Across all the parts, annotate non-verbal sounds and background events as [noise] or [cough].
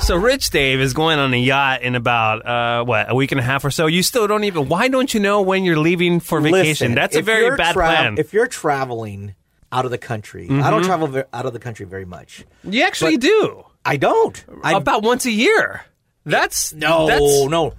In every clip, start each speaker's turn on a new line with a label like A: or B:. A: So Rich Dave is going on a yacht in about uh, what a week and a half or so. You still don't even. Why don't you know when you're leaving for vacation?
B: Listen,
A: That's a
B: if
A: very
B: you're
A: bad
B: tra-
A: plan. Mm-hmm.
B: If you're traveling out of the country, I don't travel ve- out of the country very much.
A: you actually do
B: I don't. I
A: about once a year. That's
B: no,
A: That's,
B: no.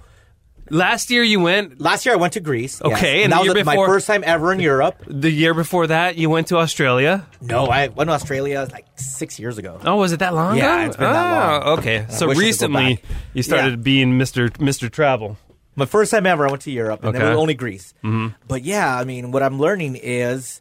A: last year you went.
B: Last year I went to Greece. yes.
A: Okay, and
B: that
A: the
B: was
A: year
B: my
A: before-
B: first time ever in Europe.
A: The year before that you went to Australia.
B: No, I went to Australia like six years ago.
A: Oh, was it that long?
B: Yeah,
A: ago?
B: it's been that
A: Oh,
B: long.
A: Okay,
B: I
A: so
B: wish I could go
A: recently
B: back.
A: you started
B: Yeah.
A: being Mister Mister Travel.
B: My first time ever, I went to Europe, and then
A: Okay. Mm-hmm.
B: it was only Greece. But yeah, I mean, what I'm learning is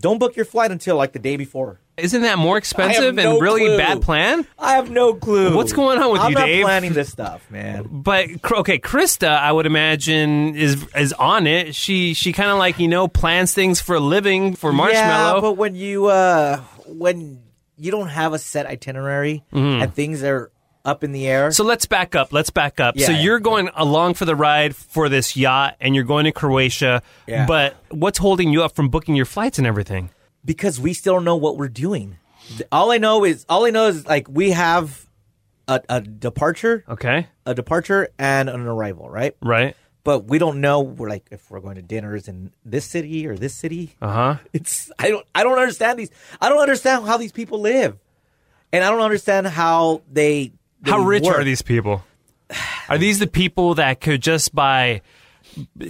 B: don't book your flight until like the day before.
A: Isn't that more expensive
B: no
A: and really
B: clue.
A: bad plan?
B: I have no clue.
A: What's going on with
B: I'm
A: you,
B: not
A: Dave?
B: planning this stuff, man.
A: But Cr- okay, Krista, I would imagine is is on it. She she kind of like you know plans things for a living for
B: Yeah,
A: Marshmallow.
B: but when you uh, when you don't have a set itinerary and things are up in the air,
A: Mm-hmm. so let's back up. Let's back up. so
B: Yeah.
A: you're going along for the ride for this yacht, and you're going to Croatia.
B: Yeah.
A: But what's holding you up from booking your flights and everything?
B: because we still don't know what we're doing. Th- All I know is all I know is like we have a, a departure,
A: Okay,
B: a departure and an arrival, right?
A: right.
B: But we don't know. We're like if we're going to dinners in this city or this city.
A: Uh huh.
B: [laughs] It's I don't I don't understand these. I don't understand how these people live, and I don't understand how they.
A: How
B: they
A: rich
B: work.
A: are these people? Are these the people that could just by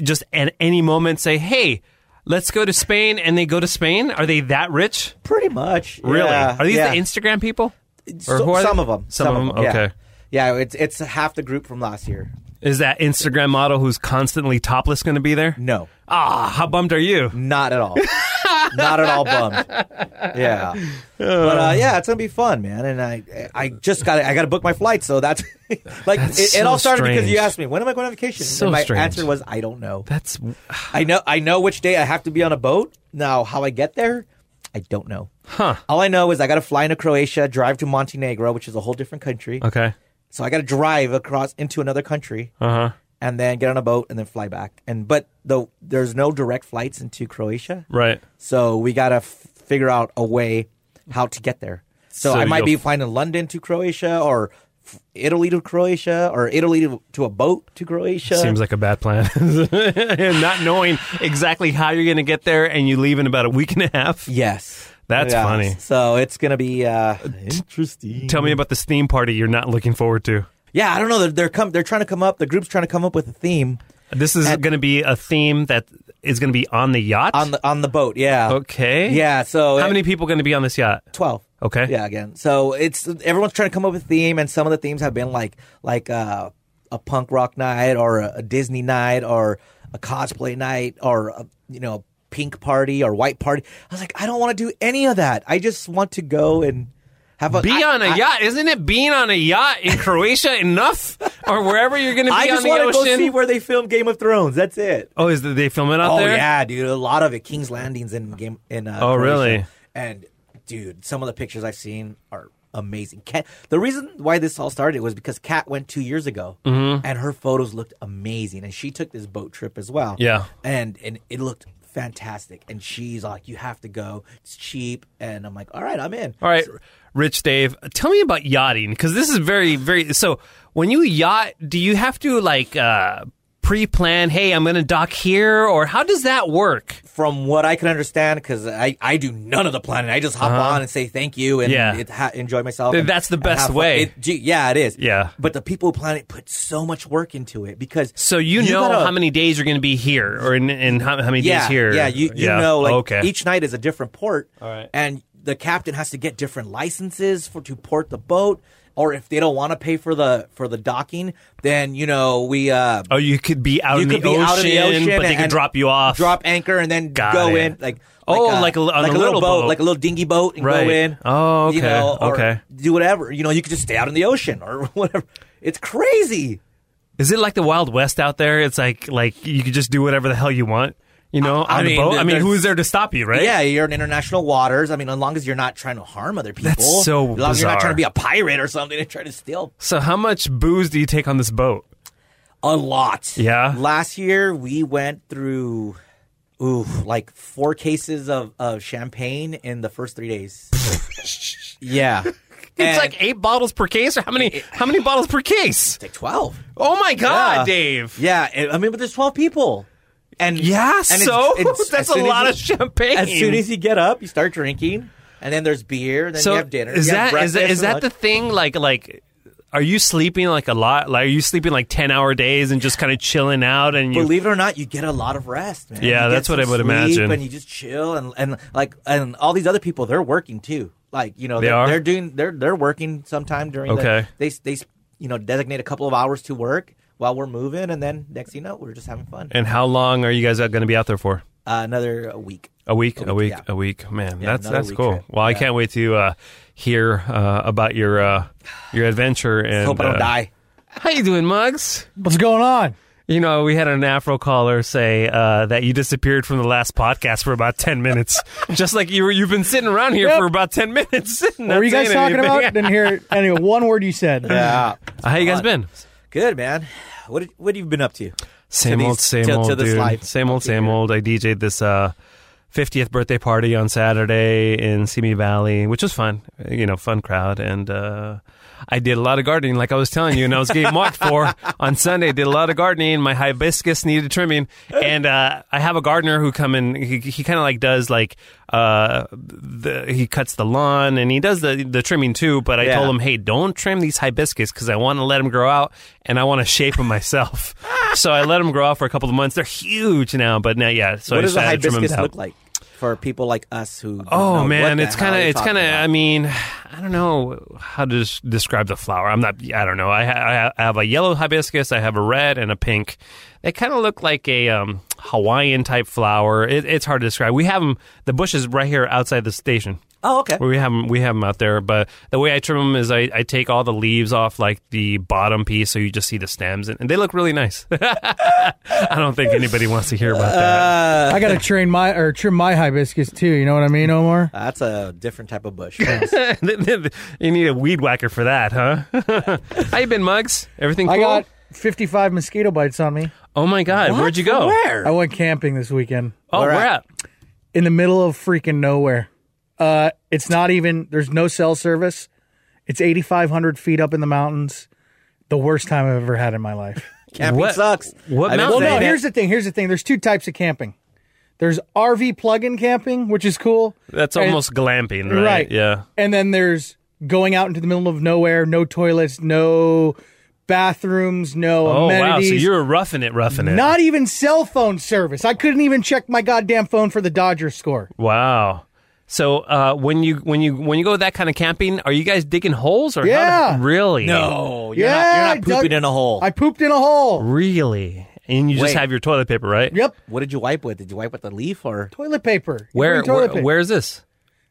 A: just at any moment say, "Hey, let's go to Spain," and they go to Spain? Are they that rich?
B: Pretty much.
A: Really?
B: Yeah,
A: Are these
B: yeah.
A: the Instagram people? Or
B: So-
A: who are they?
B: some of them?
A: Some, of them.
B: yeah.
A: Okay.
B: Yeah, it's it's half the group from last year.
A: Is that Instagram model who's constantly topless going to be there?
B: No,
A: Ah, how bummed are you?
B: not at all. [laughs] not at all bummed. Yeah, but
A: Oh.
B: uh, yeah, it's gonna be fun, man. And I I just got I got to book my flight, so that's [laughs] like it, it
A: so
B: all started because you
A: strange.
B: asked me when am I going on vacation.
A: So
B: and my
A: strange.
B: answer was I don't know.
A: That's
B: I know I know which day I have to be on a boat. Now how I get there, I don't know. Huh. All I know is I gotta fly into Croatia, drive to Montenegro, which is a whole different country.
A: okay.
B: So I gotta drive across into another country
A: Uh huh.
B: and then get on a boat and then fly back. And but though there's no direct flights into Croatia.
A: Right.
B: So we gotta f- figure out a way how to get there. So,
A: So
B: I might be
A: you'll-
B: flying to London to Croatia or f- Italy to Croatia or Italy to, to a boat to Croatia.
A: [laughs] Seems like a bad plan. [laughs] And Not knowing exactly how you're going to get there, and you leave in about a week and a half.
B: yes.
A: That's funny.
B: So it's gonna be uh, interesting.
A: Tell me about this theme party you're not looking forward to.
B: Yeah, I don't know. They're, they're come. They're trying to come up. The group's trying to come up with a theme
A: This is going to be a theme that is going to be on the yacht.
B: on the on the boat. Yeah.
A: okay.
B: Yeah. So
A: How many people going to be on this yacht?
B: Twelve.
A: Okay.
B: Yeah. Again. So it's everyone's trying to come up with a theme, and some of the themes have been like like uh, a punk rock night, or a, a Disney night, or a cosplay night, or a, you know pink party or white party. I was like, I don't want to do any of that. I just want to go and have a
A: Be
B: I-
A: on a
B: I-
A: yacht, isn't it? Being on a yacht in Croatia enough, or wherever you're going to be
B: I
A: on
B: just
A: the
B: want to go
A: ocean.
B: see where they filmed Game of Thrones. That's it.
A: oh, is that they film it out
B: oh,
A: there?
B: yeah, dude. A lot of it. King's Landing's in game in. Uh,
A: Oh,
B: Croatia.
A: really?
B: And dude, some of the pictures I've seen are amazing. Kat, the reason why this all started was because Kat went two years ago,
A: Mm-hmm.
B: and her photos looked amazing, and she took this boat trip as well.
A: Yeah.
B: and and it looked fantastic. And she's like, "You have to go. It's cheap." And I'm like, "All right, I'm in."
A: All right, Rich Dave, tell me about yachting because this is very, very. So when you yacht, do you have to like uh, pre-plan? Hey, I'm going to dock here, or how does that work?
B: From what I can understand, because I, I do none of the planning. I just hop on and say thank you and
A: Uh-huh. Yeah.
B: it, ha- enjoy myself. and-
A: That's the
B: and
A: best
B: have fun.
A: way.
B: It- gee, yeah, it is.
A: Yeah.
B: But the people who plan it put so much work into it because
A: So you, know
B: gotta-
A: how many days you're going to be here, or in, in how, how many
B: yeah,
A: days here?
B: Yeah, you, you know like
A: okay.
B: each night is a different port. All
A: right.
B: And the captain has to get different licenses for to port the boat. Or if they don't want to pay for the for the docking, then you know we uh,
A: Oh, you could be out,
B: you
A: in,
B: could
A: the
B: be
A: ocean,
B: out in the ocean,
A: but they
B: and-
A: could drop you off.
B: drop anchor and then
A: Got
B: go
A: it.
B: in like
A: Oh,
B: uh,
A: like a- on a
B: like
A: little boat.
B: like a little dinghy boat and
A: Right.
B: go in.
A: Oh,
B: you
A: okay,
B: know, or
A: okay.
B: Do whatever. You know, you could just stay out in the ocean or [laughs] whatever. It's crazy.
A: Is it like the Wild West out there? It's like like you could just do whatever the hell you want, you know,
B: I
A: on the
B: mean,
A: boat. I mean,
B: there's-
A: who's there to stop you, right?
B: Yeah, you're in international waters. I mean, as long as you're not trying to harm other people.
A: so
B: As long as you're
A: bizarre.
B: not trying to be a pirate or something and try to steal
A: So how much booze do you take on this boat?
B: a lot.
A: Yeah.
B: Last year we went through ooh, like
A: [laughs]
B: four cases of, of champagne in the first three days. yeah.
A: it's
B: And-
A: like eight bottles per case, or how many? How many bottles per case?
B: like twelve.
A: Oh my God,
B: Yeah.
A: Dave.
B: Yeah, and- I mean, but there's twelve people, and
A: Yeah,
B: and it's-
A: so
B: it's- as
A: [laughs] that's a
B: soon as
A: lot
B: you-
A: of champagne.
B: As soon as you get up, you start drinking, and then there's beer, and then
A: so
B: you have dinner.
A: is
B: you have
A: that is that
B: breakfast
A: is
B: and
A: that the
B: lunch.
A: thing? Like like, are you sleeping like a lot? Like are you sleeping like ten hour days and just kind of chilling out? And you
B: Believe it or not, you get a lot of rest, man.
A: Yeah,
B: You get
A: that's what
B: some
A: I would
B: sleep,
A: imagine.
B: And you just chill, and and like, and all these other people, they're working too. Like, you know,
A: They
B: are
A: are?
B: they're doing they're they're working sometime during.
A: Okay.
B: The, they they you know designate a couple of hours to work while we're moving, and then next thing you know, we're just having fun.
A: and how long are you guys going to be out there for?
B: Uh, another uh, week.
A: A week, a week,
B: yeah.
A: a week. Man, that's
B: another
A: that's
B: week
A: cool.
B: trip.
A: Well, I can't wait to uh, hear uh, about your uh, your adventure. And
B: Hope I don't
A: uh,
B: die.
A: How you doing, Mugs?
C: What's going on?
A: You know, we had an Afro caller say uh, that you disappeared from the last podcast for about ten
C: [laughs]
A: minutes, just like you were. You've been sitting around here
C: Yep.
A: for about ten minutes. [laughs]
C: What were you guys talking about? Didn't [laughs] hear anyway. One word you said.
B: Yeah. Uh,
A: How you guys been?
B: Good man. What did, what have you been up to?
A: [laughs] Same
B: these-
A: old, same
B: to- to
A: old,
B: this
A: dude.
B: life.
A: Same old, same old. I DJ'd this uh, 50th birthday party on Saturday in Simi Valley, which was fun. You know, fun crowd, and uh, I did a lot of gardening, like I was telling you, and I was getting marked
C: [laughs]
A: for on Sunday. Did a lot of gardening. My hibiscus needed trimming, and uh, I have a gardener who come in. He, he kind of like does like uh, the, he cuts the lawn and he does the the trimming too. But I
B: Yeah.
A: told him, hey, don't trim these hibiscus because I want to let them grow out and I want to shape
B: [laughs]
A: them myself. so I let them grow out for a couple of months. They're huge now, but now yeah. So
B: what
A: I
B: does
A: just
B: a
A: had to trim 'em
B: hibiscus
A: down.
B: look like for people like us who? don't know
A: Oh
B: what
A: man,
B: the
A: it's
B: hell
A: kind of
B: you're
A: it's
B: talking
A: kind of.
B: about?
A: I mean, I don't know how to s- describe the flower. I'm not. I don't know. I, ha- I ha- I have a yellow hibiscus. I have a red and a pink. They kind of look like a um, Hawaiian type flower. It, it's hard to describe. We have them. The bush is right here outside the station.
B: Oh, okay.
A: Where we have them, we have 'em out there. But the way I trim them is I, I take all the leaves off like the bottom piece, so you just see the stems, and, and they look really nice. [laughs] I don't think anybody wants to hear about that.
C: I gotta train my or trim my hibiscus too. You know what I mean, Omar?
B: That's a different type of
A: [laughs]
B: bush.
A: you need a weed whacker for that, huh? [laughs] How you been, Mugs? Everything cool?
C: I got 55 mosquito bites on me.
A: oh my god, where'd you go?
C: I
B: Where?
C: went camping this weekend
A: Oh,
B: Where
A: we're
B: at?
A: at.
C: in the middle of freaking nowhere. Uh, it's not even. There's no cell service. It's 8,500 feet up in the mountains. The worst time I've ever had in my
A: [laughs]
C: life.
B: Camping
A: What-
B: sucks.
A: what
B: I've been
A: mountain?
C: Well,
B: saying
C: no.
B: that.
C: Here's the thing. Here's the thing. There's two types of camping. There's RV plug-in camping, which is cool.
A: That's
C: And-
A: almost glamping, right?
C: Right.
A: Yeah.
C: And then there's going out into the middle of nowhere, no toilets, no bathrooms, no
A: Oh wow, so
C: amenities.
A: you're roughing it, roughing it.
C: not even cell phone service. I couldn't even check my goddamn phone for the Dodgers score.
A: wow. So uh, when you when you when you go that kind of camping, are you guys digging holes or how
C: Yeah.
A: do- really? Oh,
B: No, you're
C: Yeah,
B: not.
C: I
B: You're not pooping
C: dug-
B: in a hole.
C: I pooped in a hole.
A: Really? And you just
B: Wait.
A: have your toilet paper, right?
C: Yep.
B: What did you wipe with? Did you wipe with a leaf or?
C: Toilet paper.
A: Where,
C: Green toilet
A: where
C: paper.
A: where is this?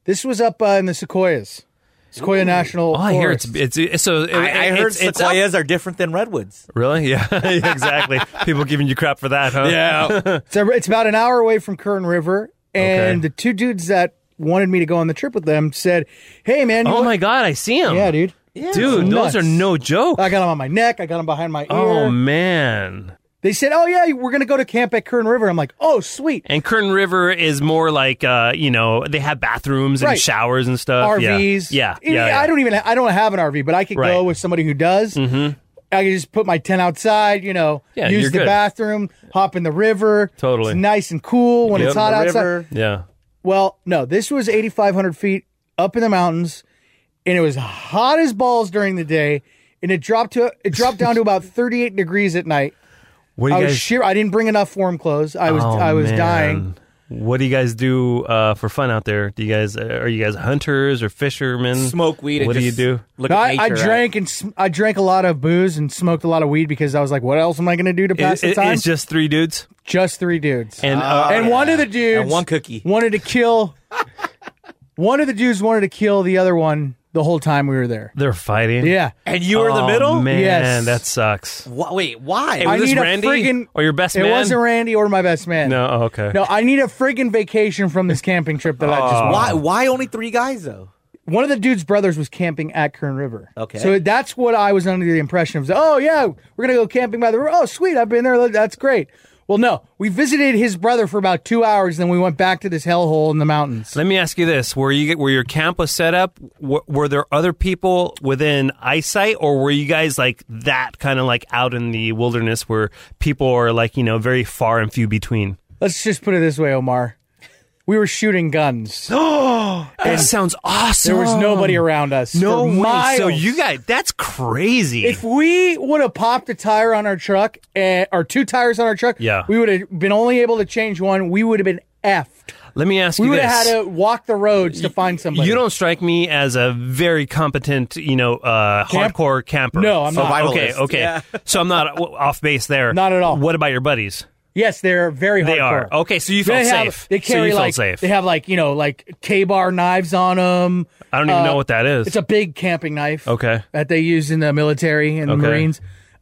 C: This was up uh, in the Sequoias. Sequoia National
A: Oh, I hear it's it's,
C: Forest.
A: it's so. it-
B: I, I heard
A: it's, it's up-
B: sequoias are different than redwoods.
A: really? [laughs] Yeah, exactly. People giving you crap for that, huh?
B: Yeah.
C: So [laughs] it's about an hour away from Kern River, and
A: Okay.
C: the two dudes that wanted me to go on the trip with them said, "Hey, man, you
A: Oh
C: want-
A: my God, I see him.
C: yeah, dude,
A: Dude,
C: Nuts.
A: those are no joke.
C: I got them on my neck. I got them behind my ear.
A: Oh man.
C: They said, "Oh yeah, we're gonna go to camp at Kern River." I'm like, "Oh sweet,
A: And Kern River is more like uh, you know, they have bathrooms and
C: Right.
A: showers and stuff. Uh, Yeah.
C: RVs."
A: Yeah.
C: Even-
A: yeah,
C: I don't even I don't have an RV, but I could
A: Right.
C: go with somebody who does. Mm-hmm. I could just put my tent outside, you know,
A: Yeah,
C: use
A: you're
C: the
A: good.
C: bathroom, hop in the river.
A: Totally.
C: it's nice and cool when it's
A: Yep.
C: hot
B: The
C: outside.
B: river.
A: Yeah.
C: Well, no, this was 8,500 feet up in the mountains, and it was hot as balls during the day, and it dropped to it dropped down
A: [laughs]
C: to about 38 degrees at night.
A: What do
C: I
A: you
C: was
A: guys
C: sheer. I didn't bring enough warm clothes. I was
A: Oh,
C: I was
A: man.
C: dying.
A: What do you guys do uh, for fun out there? Do you guys uh, are you guys hunters or fishermen?
B: Smoke weed. And
A: What do you
B: just
A: do?
B: Look
C: No,
B: at
C: I, I
B: nature,
C: drank and sm- I drank a lot of booze and smoked a lot of weed because I was like, what else am I going to do to
A: It-
C: pass
A: it-
C: the time?
A: it's just three dudes
C: just three dudes.
A: and uh,
C: and one of the dudes
B: Ah. And one cookie.
C: wanted to kill one of the dudes wanted to kill the other one the whole time we were there
A: they're fighting.
C: yeah
B: And you were in the
A: Oh,
B: middle.
A: Man,
C: Yes.
A: that sucks.
B: Wha- wait, why?
A: Hey, was
C: I
A: this
C: need a
A: Randy
C: friggin-
A: or your best
C: it
A: man?
C: wasn't randy or my best man
A: No, oh, okay.
C: no i need a friggin vacation from this camping trip that i just went.
B: why? Why only three guys though?
C: one of the dude's brothers was camping at kern river
B: Okay.
C: so that's what i was under the impression of oh yeah we're gonna go camping by the river oh sweet i've been there that's great Well, no, we visited his brother for about two hours, then we went back to this hellhole in the mountains.
A: Let me ask you this: Were you were your camp was set up? Were, were there other people within eyesight, or were you guys like that kind of like out in the wilderness where people are like you know very far and few between?
C: Let's just put it this way, Omar. We were shooting
A: [gasps]
C: guns.
A: That sounds awesome.
C: There was nobody around us.
A: No
C: for
A: way. So
C: miles.
A: you guys, that's crazy.
C: If we would have popped a tire on our truck, eh, or two tires on our truck,
A: Yeah.
C: we would have been only able to change one. We would have been effed.
A: Let me ask
C: We
A: you
C: would
A: this.
C: have had to walk the roads to find somebody.
A: You don't strike me as a very competent, you know, uh,
C: Camp-
A: hardcore camper.
C: No, I'm not.
A: Survivalist. Okay,
B: Survivalist.
A: okay.
B: Yeah.
A: [laughs] So I'm not uh, w- off base there.
C: Not at all.
A: What about your buddies?
C: Yes, they're very
A: They
C: hardcore.
A: are. Okay, so you felt
C: They have,
A: safe.
C: They
A: so
C: carry
A: you felt
C: like
A: safe.
C: they have like you know like K bar knives on them.
A: I don't even know what that is.
C: It's a big camping knife.
A: Okay.
C: That they use in the military and the
A: Okay.
C: Marines.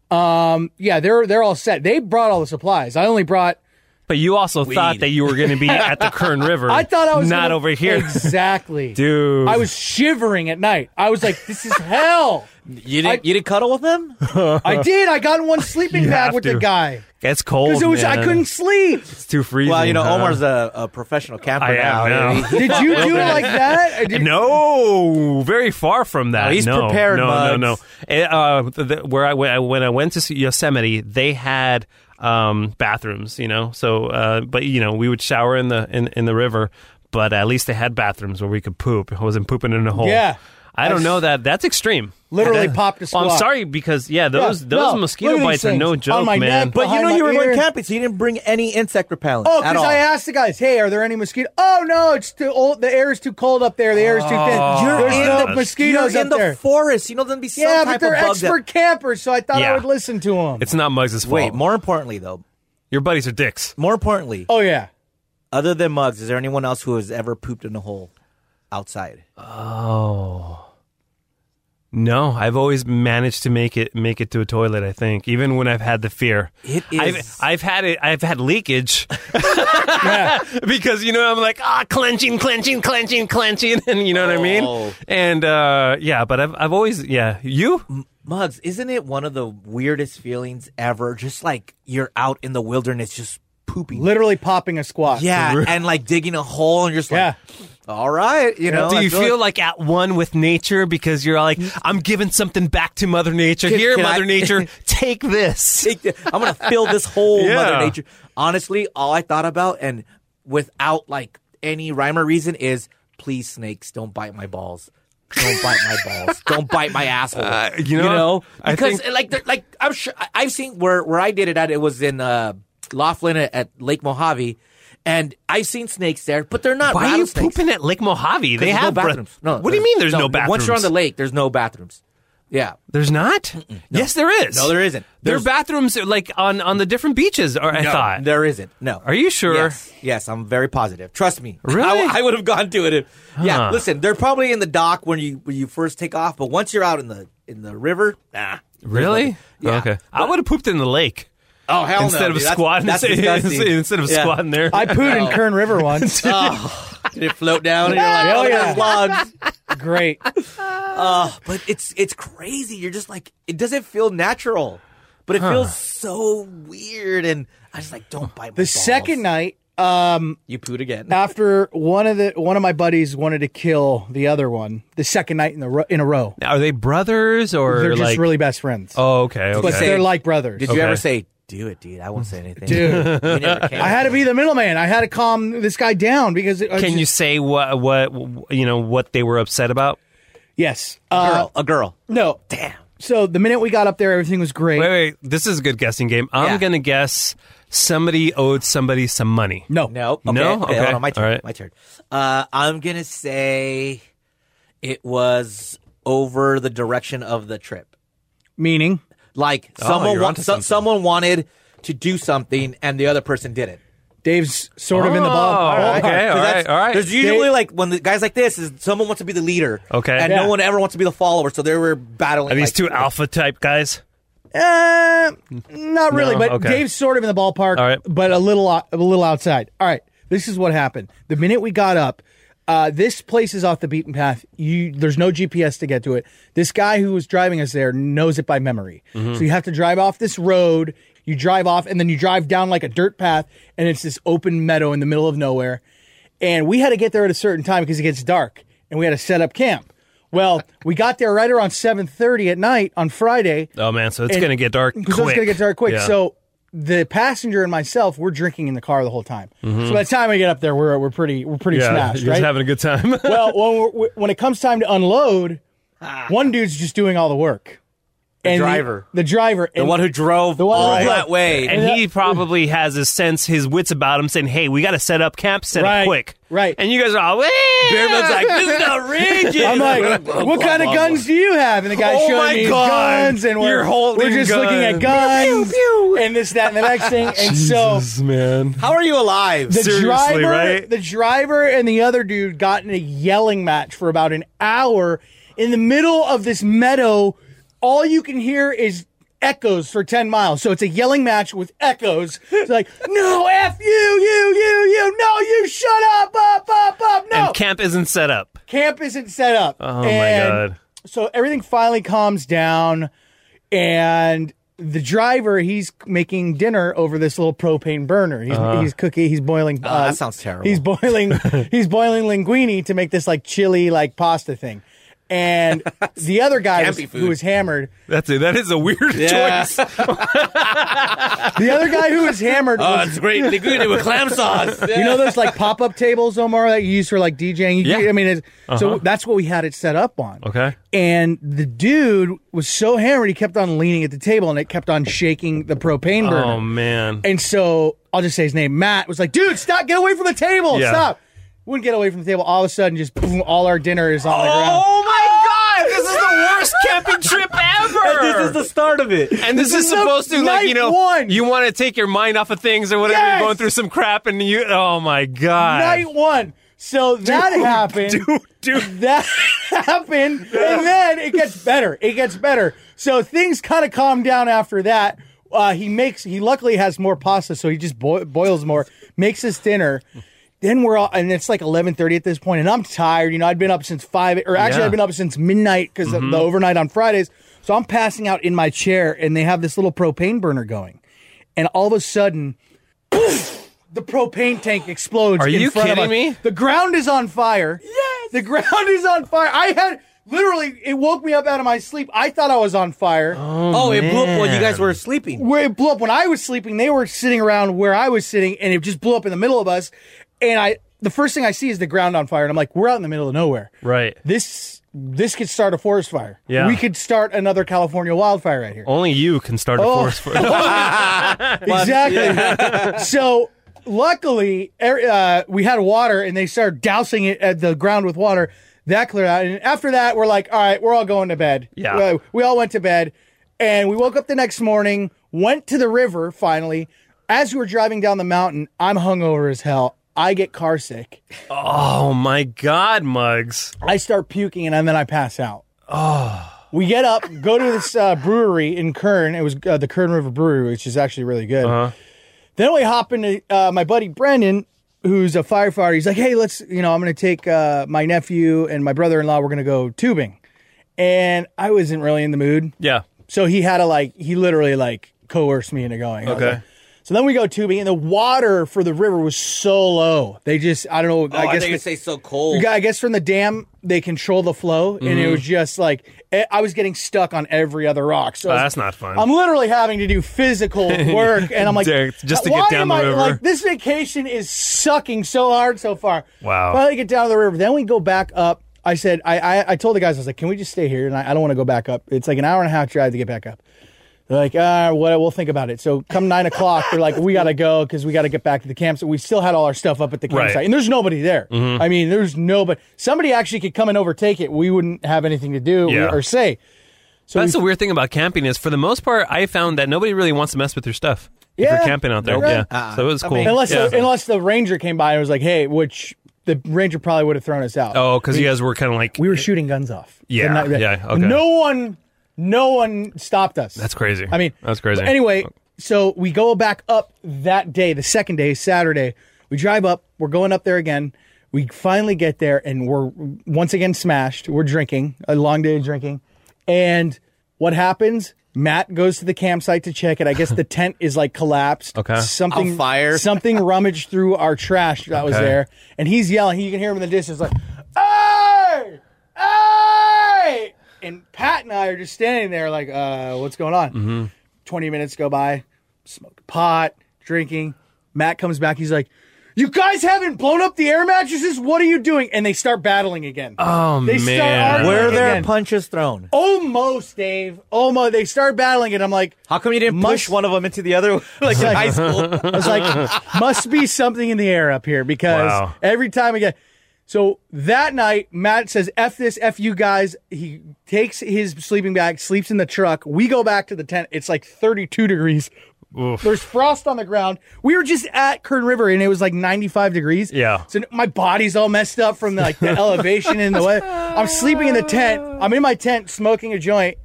C: Um, yeah, they're they're all set. They brought all the supplies. I only brought.
A: but you also thought that you were going to
B: [laughs]
A: be at the Kern River.
C: I thought I was
A: not
C: gonna-
A: over here. [laughs]
C: exactly,
A: Dude.
C: I was shivering at night. I was like, "This is hell."
B: [laughs] You didn't,
C: I-
B: you didn't cuddle with them? [laughs]
C: I did. I got in one sleeping bag
A: have
C: with
A: to.
C: the guy
A: [laughs] It's
C: [laughs]
A: cold.
C: because it was I
A: man.
C: couldn't sleep.
A: It's too freezing.
B: Well, you know,
A: huh?
B: Omar's a, a professional camper
A: I am
B: now.
A: now.
B: [laughs] He-
A: [laughs]
C: Did you do it like that? Or did-
A: No, very far from that.
B: No, he's
A: no,
B: prepared,
A: No,
B: Mugs.
A: no, no. Eh, uh, th- th- where I when, I when I went to see Yosemite, they had um, bathrooms. You know, so uh, but you know we would shower in the in, in the river, but at least they had bathrooms where we could poop. I wasn't pooping in a hole.
C: Yeah.
A: I don't know that. That's extreme.
C: Literally
A: That-
C: popped a
A: Well, I'm
C: squat.
A: sorry because yeah, those
C: Yeah,
A: those
C: no,
A: mosquito
C: look at these
A: bites are
C: things.
A: no
C: On
A: joke,
C: my
A: man. but
C: neck,
B: But you
C: Behind
B: know
C: my
B: you were
C: ear.
B: going camping, so you didn't bring any insect repellent
C: Oh,
B: at
C: because
B: all.
C: I asked the guys, "Hey, are there any mosquitoes?" Oh no, it's too old. The air is too cold up there. The air is too thin.
B: You're
C: There's
B: in
C: no
B: the
C: mosquitoes
B: Oh. you're
C: up
B: in the
C: there.
B: forest. You know there'll be some
C: yeah,
B: type
C: but they're
B: of bug that-
C: expert campers, so I thought
A: Yeah.
C: I would listen to them.
A: it's not Muggs' fault.
B: Wait, more importantly though,
A: your buddies are dicks.
B: more importantly,
C: oh yeah,
B: other than Muggs, is there anyone else who has ever pooped in a hole outside?
A: Oh. No, I've always managed to make it make it to a toilet. I think even when I've had the fear,
B: It
A: I've,
B: is-
A: I've had it. I've
B: [laughs]
A: had leakage [laughs] because you know I'm like ah clenching, clenching, clenching, clenching, [laughs] and you know what I mean.
B: Oh.
A: And uh, yeah, but I've I've always yeah you
B: Muggs, isn't it one of the weirdest feelings ever? Just like you're out in the wilderness, just pooping.
C: literally popping a
A: [laughs]
C: squat.
B: Yeah, and like digging a hole, and you're just
C: yeah.
B: like, all right, you know.
A: do
B: I Mm.
A: you feel like at one with nature because you're like I'm giving something back to Mother Nature
B: Can-
A: here,
B: can I-
A: Mother Nature take this.
B: take the- I'm gonna fill this whole
A: [laughs] Yeah.
B: Mother Nature. Honestly, all I thought about, and without like any rhyme or reason, is please snakes don't bite my balls. Don't bite my balls. Don't bite my asshole.
A: Uh, you know, I
B: because
D: [laughs]
A: think-
B: like they're- like I'm sure I- I've seen where where I did it at. It was in uh, Laughlin at, at Lake Mojave, and I've seen snakes there, but they're [laughs] not.
A: Why are you
B: rattlesnakes.
A: pooping at Lake Mojave? They
B: There's
A: have
B: no
A: br-
B: bathrooms. No,
A: what do you mean? There's no, bathrooms.
B: Once you're on the lake, there's no bathrooms. Yeah,
A: There's not. Yes, there is.
B: No, there isn't.
A: Their
B: There's-
A: bathrooms are like on on the different beaches. Or I
B: No,
A: thought.
B: there isn't. No.
A: Are you sure?
B: Yes, Yes, I'm very positive. Trust me.
A: Really?
B: I, I would have gone to it. If,
A: Huh.
B: Yeah. Listen, they're probably in the dock when you when you first take off, but once you're out in the in the river, nah. there's
A: really?
B: nothing. Yeah.
A: Okay. I would have pooped in the lake
B: Oh hell
A: instead
B: no,
A: of
B: dude. That's-
A: squatting. [laughs]
B: That's, disgusting.
A: instead of
B: Yeah.
A: squatting there.
C: I pooed
B: [laughs]
C: in Kern River once.
B: Oh, Did it float down? And you're like,
C: Hell
B: oh,
C: yeah.
B: yeah. logs.
C: Great.
B: [laughs] Uh, but it's it's crazy. You're just like it doesn't feel natural, but it feels so weird. And I just like don't bite. My
C: The second night, um,
B: you pooed again.
C: after one of the one of my buddies wanted to kill the other one, the second night in the ro- in a row,
A: Now, are they brothers or
C: they're just
A: like?
C: really best friends.
A: oh, okay.
C: but
A: Okay.
C: they're like brothers.
B: Did you
A: Okay.
B: ever say, "Do it, dude"? I won't say anything,
C: Dude.
B: You never can.
C: I had to be the middleman. I had to calm this guy down because it,
A: Can you say what what you know what they were upset about?
C: Yes. Uh,
B: a girl.
C: no.
B: Damn.
C: So the minute we got up there, everything was great.
A: Wait, wait. This is a good guessing game. I'm
B: Yeah.
A: gonna guess somebody owed somebody some money.
C: No.
B: No. Okay.
A: No?
B: Okay.
A: Okay.
B: Hold on. My turn.
A: All right.
B: My turn. Uh, I'm gonna say it was over the direction of the trip.
C: Meaning.
B: Like someone
A: Oh, you're
B: wa-
A: onto
B: so-
A: something.
B: someone wanted to do something and the other person didn't.
C: Dave's sort of in the
A: Oh,
C: ball.
A: all right. Okay,
B: 'Cause
A: all
B: that's-
A: right, all right.
B: There's usually
C: They-
B: like when the guys like this is someone wants to be the leader.
A: Okay.
B: And
C: Yeah.
B: no one ever wants to be the follower, so they were battling.
A: Are these
B: like-
A: two alpha type guys?
C: Uh, not really,
A: No,
C: but
A: okay.
C: Dave's sort of in the ballpark,
A: All right.
C: but a little o- a little outside. All right, this is what happened. The minute we got up, uh, this place is off the beaten path. You, there's no GPS
A: Mm-hmm.
C: to get to it. This guy who was driving us there knows it by memory, so you have to drive off this road. You drive off, and then you drive down like a dirt path, and it's this open meadow in the middle of nowhere. And we had to get there at a certain time because it gets dark, and we had to set up camp. Well, we got there right around seven thirty at night on Friday.
A: Oh man, so it's
C: And-
A: gonna get dark.
C: So
A: quick.
C: it's gonna get dark quick.
A: Yeah.
C: So the passenger and myself, we're drinking in the car the whole time. So by the time I get up there, we're we're pretty we're pretty
A: Mm-hmm. yeah,
C: smashed,
A: you're
C: right?
A: just having a good
C: [laughs]
A: time. [laughs]
C: well, when, we're, when it comes time to unload, one dude's just doing all the work. And
B: Ah. driver.
C: the, driver,
B: The
C: and
B: one who drove
C: The one who
B: all
C: drove.
B: that way.
A: and he probably has a sense, his wits about him, saying, "Hey, we got to set up camp, set
C: Right,
A: up quick."
C: right.
A: And you guys
B: Ah,
A: are all, "Wah!"
B: Beerman's like, this is [laughs] outrageous.
C: [laughs] I'm like, what
A: [laughs]
C: kind of guns do you have? And the guy
B: Oh
C: showing
B: my
C: me his
B: God.
C: guns, and we're
A: You're holding
C: we're just looking at
A: guns. Pew,
C: guns and this, that, and the next thing. And
A: [laughs]
C: so
A: Jesus, man.
B: How are you alive?
C: the
A: Seriously,
C: driver,
A: right?
C: the driver, and the other dude got in a yelling match for about an hour in the middle of this meadow. All you can hear is echoes for ten miles. So it's a yelling match with echoes. It's like, [laughs] no, f you, you, you, you, no, you, shut up, up, up, up, no.
A: And camp isn't set up.
C: Camp isn't set up.
A: Oh, my God.
C: So everything finally calms down, and the driver he's making dinner over this little propane burner. He's, he's cooking. He's boiling.
B: Uh-huh.
C: uh,
B: Ah, that sounds terrible. [laughs]
C: He's boiling. he's boiling linguine to make this like chili like pasta thing.
B: [laughs]
C: And the other guy was,
B: Campy food.
C: who was hammered,
A: That's it. That is a weird
B: Yeah.
A: choice.
C: [laughs] the other guy who was hammered
B: [laughs] Oh,
C: was
B: it's great. Linguine with clam sauce.
C: [laughs] You know those like pop up tables, Omar, that you use for like DJing. You-
A: Yeah.
C: I mean, it's,
B: Uh-huh.
C: so that's what we had it set up on.
A: Okay.
C: And the dude was so hammered, he kept on leaning at the table, and it kept on shaking the propane burner.
A: Oh man.
C: And so I'll just say his name. Matt was like, "Dude, stop! Get away from the table!
A: Yeah.
C: Stop!" Wouldn't get away from the table. All of a sudden, just boom, all our dinner is on the ground.
A: Oh my god! This is the worst camping trip [laughs] ever.
B: this is the start of it.
A: and this,
C: this
A: is
C: is the
A: supposed to like you
C: night
A: know
C: one.
A: you want to take your mind off of things or whatever.
C: Yes.
A: You're going through some crap and you. Oh my god.
C: Night one. So that happened.
A: Dude, dude.
C: [laughs] that happened, and then it gets better. It gets better. So things kind of calm down after that. Uh, he makes. He luckily has more pasta, so he just boi- boils more. Makes his dinner. Then we're all, and it's like eleven thirty at this point, and I'm tired. You know, I'd been up since five, or actually,
A: Yeah. Mm-hmm.
C: I've been up since midnight because of the overnight on Fridays. So I'm passing out in my chair, and they have this little propane burner going, and all of a sudden. the propane tank explodes.
A: Are
C: in
A: you
C: front of
A: kidding
C: us.
A: me?
C: The ground is on fire. Yes. The ground [laughs] is on fire. I had literally it woke me up out of my sleep. I thought I was on fire.
B: Oh, it blew up while you
A: man.
B: guys were sleeping.
C: Where it blew up when I was sleeping, they were sitting around where I was sitting, and it just blew up in the middle of us. And I, the first thing I see is the ground on fire, and I'm like, we're out in the middle of nowhere.
A: Right.
C: This this could start a forest fire.
A: Yeah.
C: We could start another California wildfire right here.
A: Only you can start
C: Oh.
A: a forest fire.
C: [laughs] Exactly. so luckily, er- uh, we had water, and they started dousing it at the ground with water. That cleared out, and after that, we're like, all right, we're all going to bed.
A: Yeah.
C: Uh, we all went to bed, and we woke up the next morning, went to the river finally. As we were driving down the mountain, I'm hungover as hell. I get car sick.
A: [laughs] oh my god, Mugs.
C: I start puking and then I pass out. Oh. We get up, go to this uh, brewery in Kern. It was uh, the Kern River Brewery, which is actually really good. Then we hop into uh, my buddy Brendan, who's a firefighter. He's like, hey, let's, you know, I'm going to take uh, my nephew and my brother in law. We're going to go tubing. And I wasn't really in the mood.
A: Yeah.
C: So he had to like he literally like coerced me into going. I was
A: Okay.
C: like- so then we go tubing, and the water for the river was so low. They just I don't know.
B: Oh, I,
C: guess
B: guess you
C: the-
B: say so cold.
C: you got- I guess from the dam they control the flow, and
A: Mm-hmm.
C: it was just like eh, I was getting stuck on every other rock. So I
A: Oh,
C: was-
A: that's not fun.
C: I'm literally having to
A: [laughs]
C: do physical work, and I'm like,
A: Derek, just to get
C: why
A: down
C: am
A: the
C: I-
A: river.
C: Like this vacation is sucking so hard so far.
A: Wow.
C: Finally get down to the river, then we go back up. I said, I I, I told the guys, I was like, can we just stay here? And I, I don't want to go back up. It's like an hour and a half drive to get back up. They're like, ah, what? We'll think about it. So come nine o'clock, they're like, we gotta go because we gotta get back to the campsite. We still had all our stuff up at the campsite,
A: Right.
C: and there's nobody there.
A: Mm-hmm.
C: I mean, there's nobody. Somebody actually could come and overtake it. We wouldn't have anything to do
A: Yeah.
C: or say.
A: That's the weird thing about camping is, for the most part, I found that nobody really wants to mess with your stuff. If
C: Yeah.
A: you're camping out there,
C: Nope.
A: yeah.
B: Uh-uh.
A: So it was
B: I
A: cool.
B: mean-
C: Unless
A: yeah.
C: the, unless the ranger came by and was like, "Hey," which the ranger probably would have thrown us out.
A: oh, because you guys were kind of like
C: we were shooting guns off.
A: Yeah,
C: The night-
A: yeah, okay.
C: No one, no one stopped us.
A: That's crazy.
C: I mean,
A: That's crazy.
C: but Anyway, so we go back up that day, the second day, Saturday. We drive up. We're going up there again. We finally get there, and we're once again smashed. We're drinking a long day of drinking, and what happens? Matt goes to the campsite to check it. I guess
A: [laughs]
C: the tent is like collapsed.
A: Okay.
C: Something
B: On fire.
C: Something rummaged through our trash that was
A: Okay.
C: there, and he's yelling. He, you can hear him in the distance, like, "Hey, hey!" And Pat and I are just standing there, like, uh, "What's going on?" Twenty minutes go by, smoke pot, drinking. Matt comes back. He's like, "You guys haven't blown up the air mattresses. What are you doing?" And they start battling again.
B: Uh.
A: Oh
C: They start
A: man,
C: arguing.
B: Where are there
C: Again.
B: punches thrown?
C: Almost, Dave. Almost. They start battling, and I'm like,
B: How come you didn't
C: Must-
B: push one of them into the other [laughs] like in high school?
C: [laughs] I
B: [laughs]
C: was like, must be something in the air up here because
A: Wow.
C: every time I get. So that night, Matt says, F this, F you guys. He takes his sleeping bag, sleeps in the truck. We go back to the tent. It's like 32 degrees. There's frost on the ground. We were just at Kern River and it was like 95 degrees.
A: Yeah.
C: So my body's all messed up from
A: [laughs]
C: like the elevation and the way I'm sleeping in the tent. I'm in my tent smoking a joint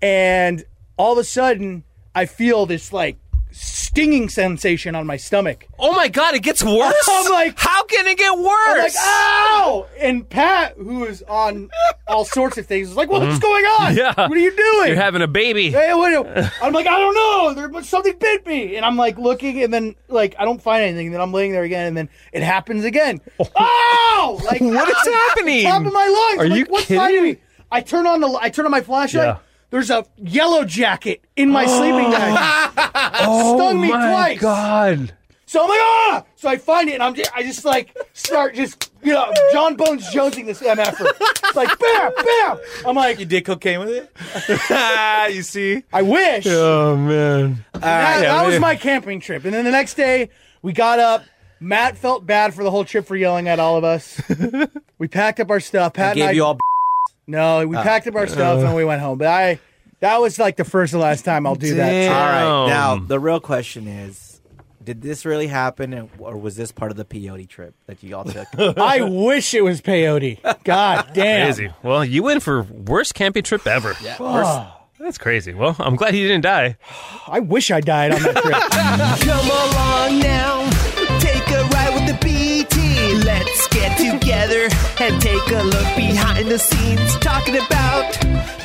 C: and all of a sudden I feel this like stinging sensation on my stomach.
A: Oh my god, it gets worse.
E: [laughs]
C: I'm like-
A: how can it [laughs] get worse?
C: I'm like, ow! And Pat, who is on all sorts of things, is like, what's going on?
A: Uh-huh. Mm-hmm. Yeah.
C: What are you doing?
A: You're having a baby.
C: Hey, what do- I'm like, I don't know. There, but something bit me, and I'm like looking, and then like I don't find anything. And then I'm laying there again, and then it
A: [laughs]
C: happens again. Oh, like [laughs]
A: What is
C: ah!
A: happening?
C: Top of my lungs.
A: Are
C: I'm like,
A: you
C: what's
A: kidding
C: finding
A: me?
C: me? I turn on the I turn on my flashlight.
A: Yeah.
C: There's a yellow jacket in
A: [gasps]
C: my sleeping bag.
B: Oh
C: Stung me twice.
A: Oh god.
C: So I'm like, ah! So I find it, and I'm just, I just like start just you know John Bones Jonesing this mf. It's like bam, bam. I'm like,
B: you did cocaine with it?
A: you see?
C: I wish.
A: Oh man.
C: that,
A: yeah,
C: that
A: we-
C: was [laughs] my camping trip. And then the next day, we got up. Matt felt bad for the whole trip for yelling at all
A: [laughs]
C: of us. we packed up our stuff. Pat and
B: Gave
C: I,
B: you all b-
C: no, we packed up our stuff and we went home. But I, that was like the first and last time I'll
A: Damn.
C: do that.
B: All right. Now
A: Um,
B: the real question is, did this really happen, and- or was this part of the peyote trip that you all took?
C: I wish it was peyote.
B: [laughs]
C: God damn.
A: Crazy. Well, you went for worst camping trip ever. That's crazy. Well, I'm glad he didn't die.
C: I wish I died on that
F: [laughs]
C: trip.
F: Come along now, take a ride with the B team. Let's get together and take a look behind the scenes. Talking about,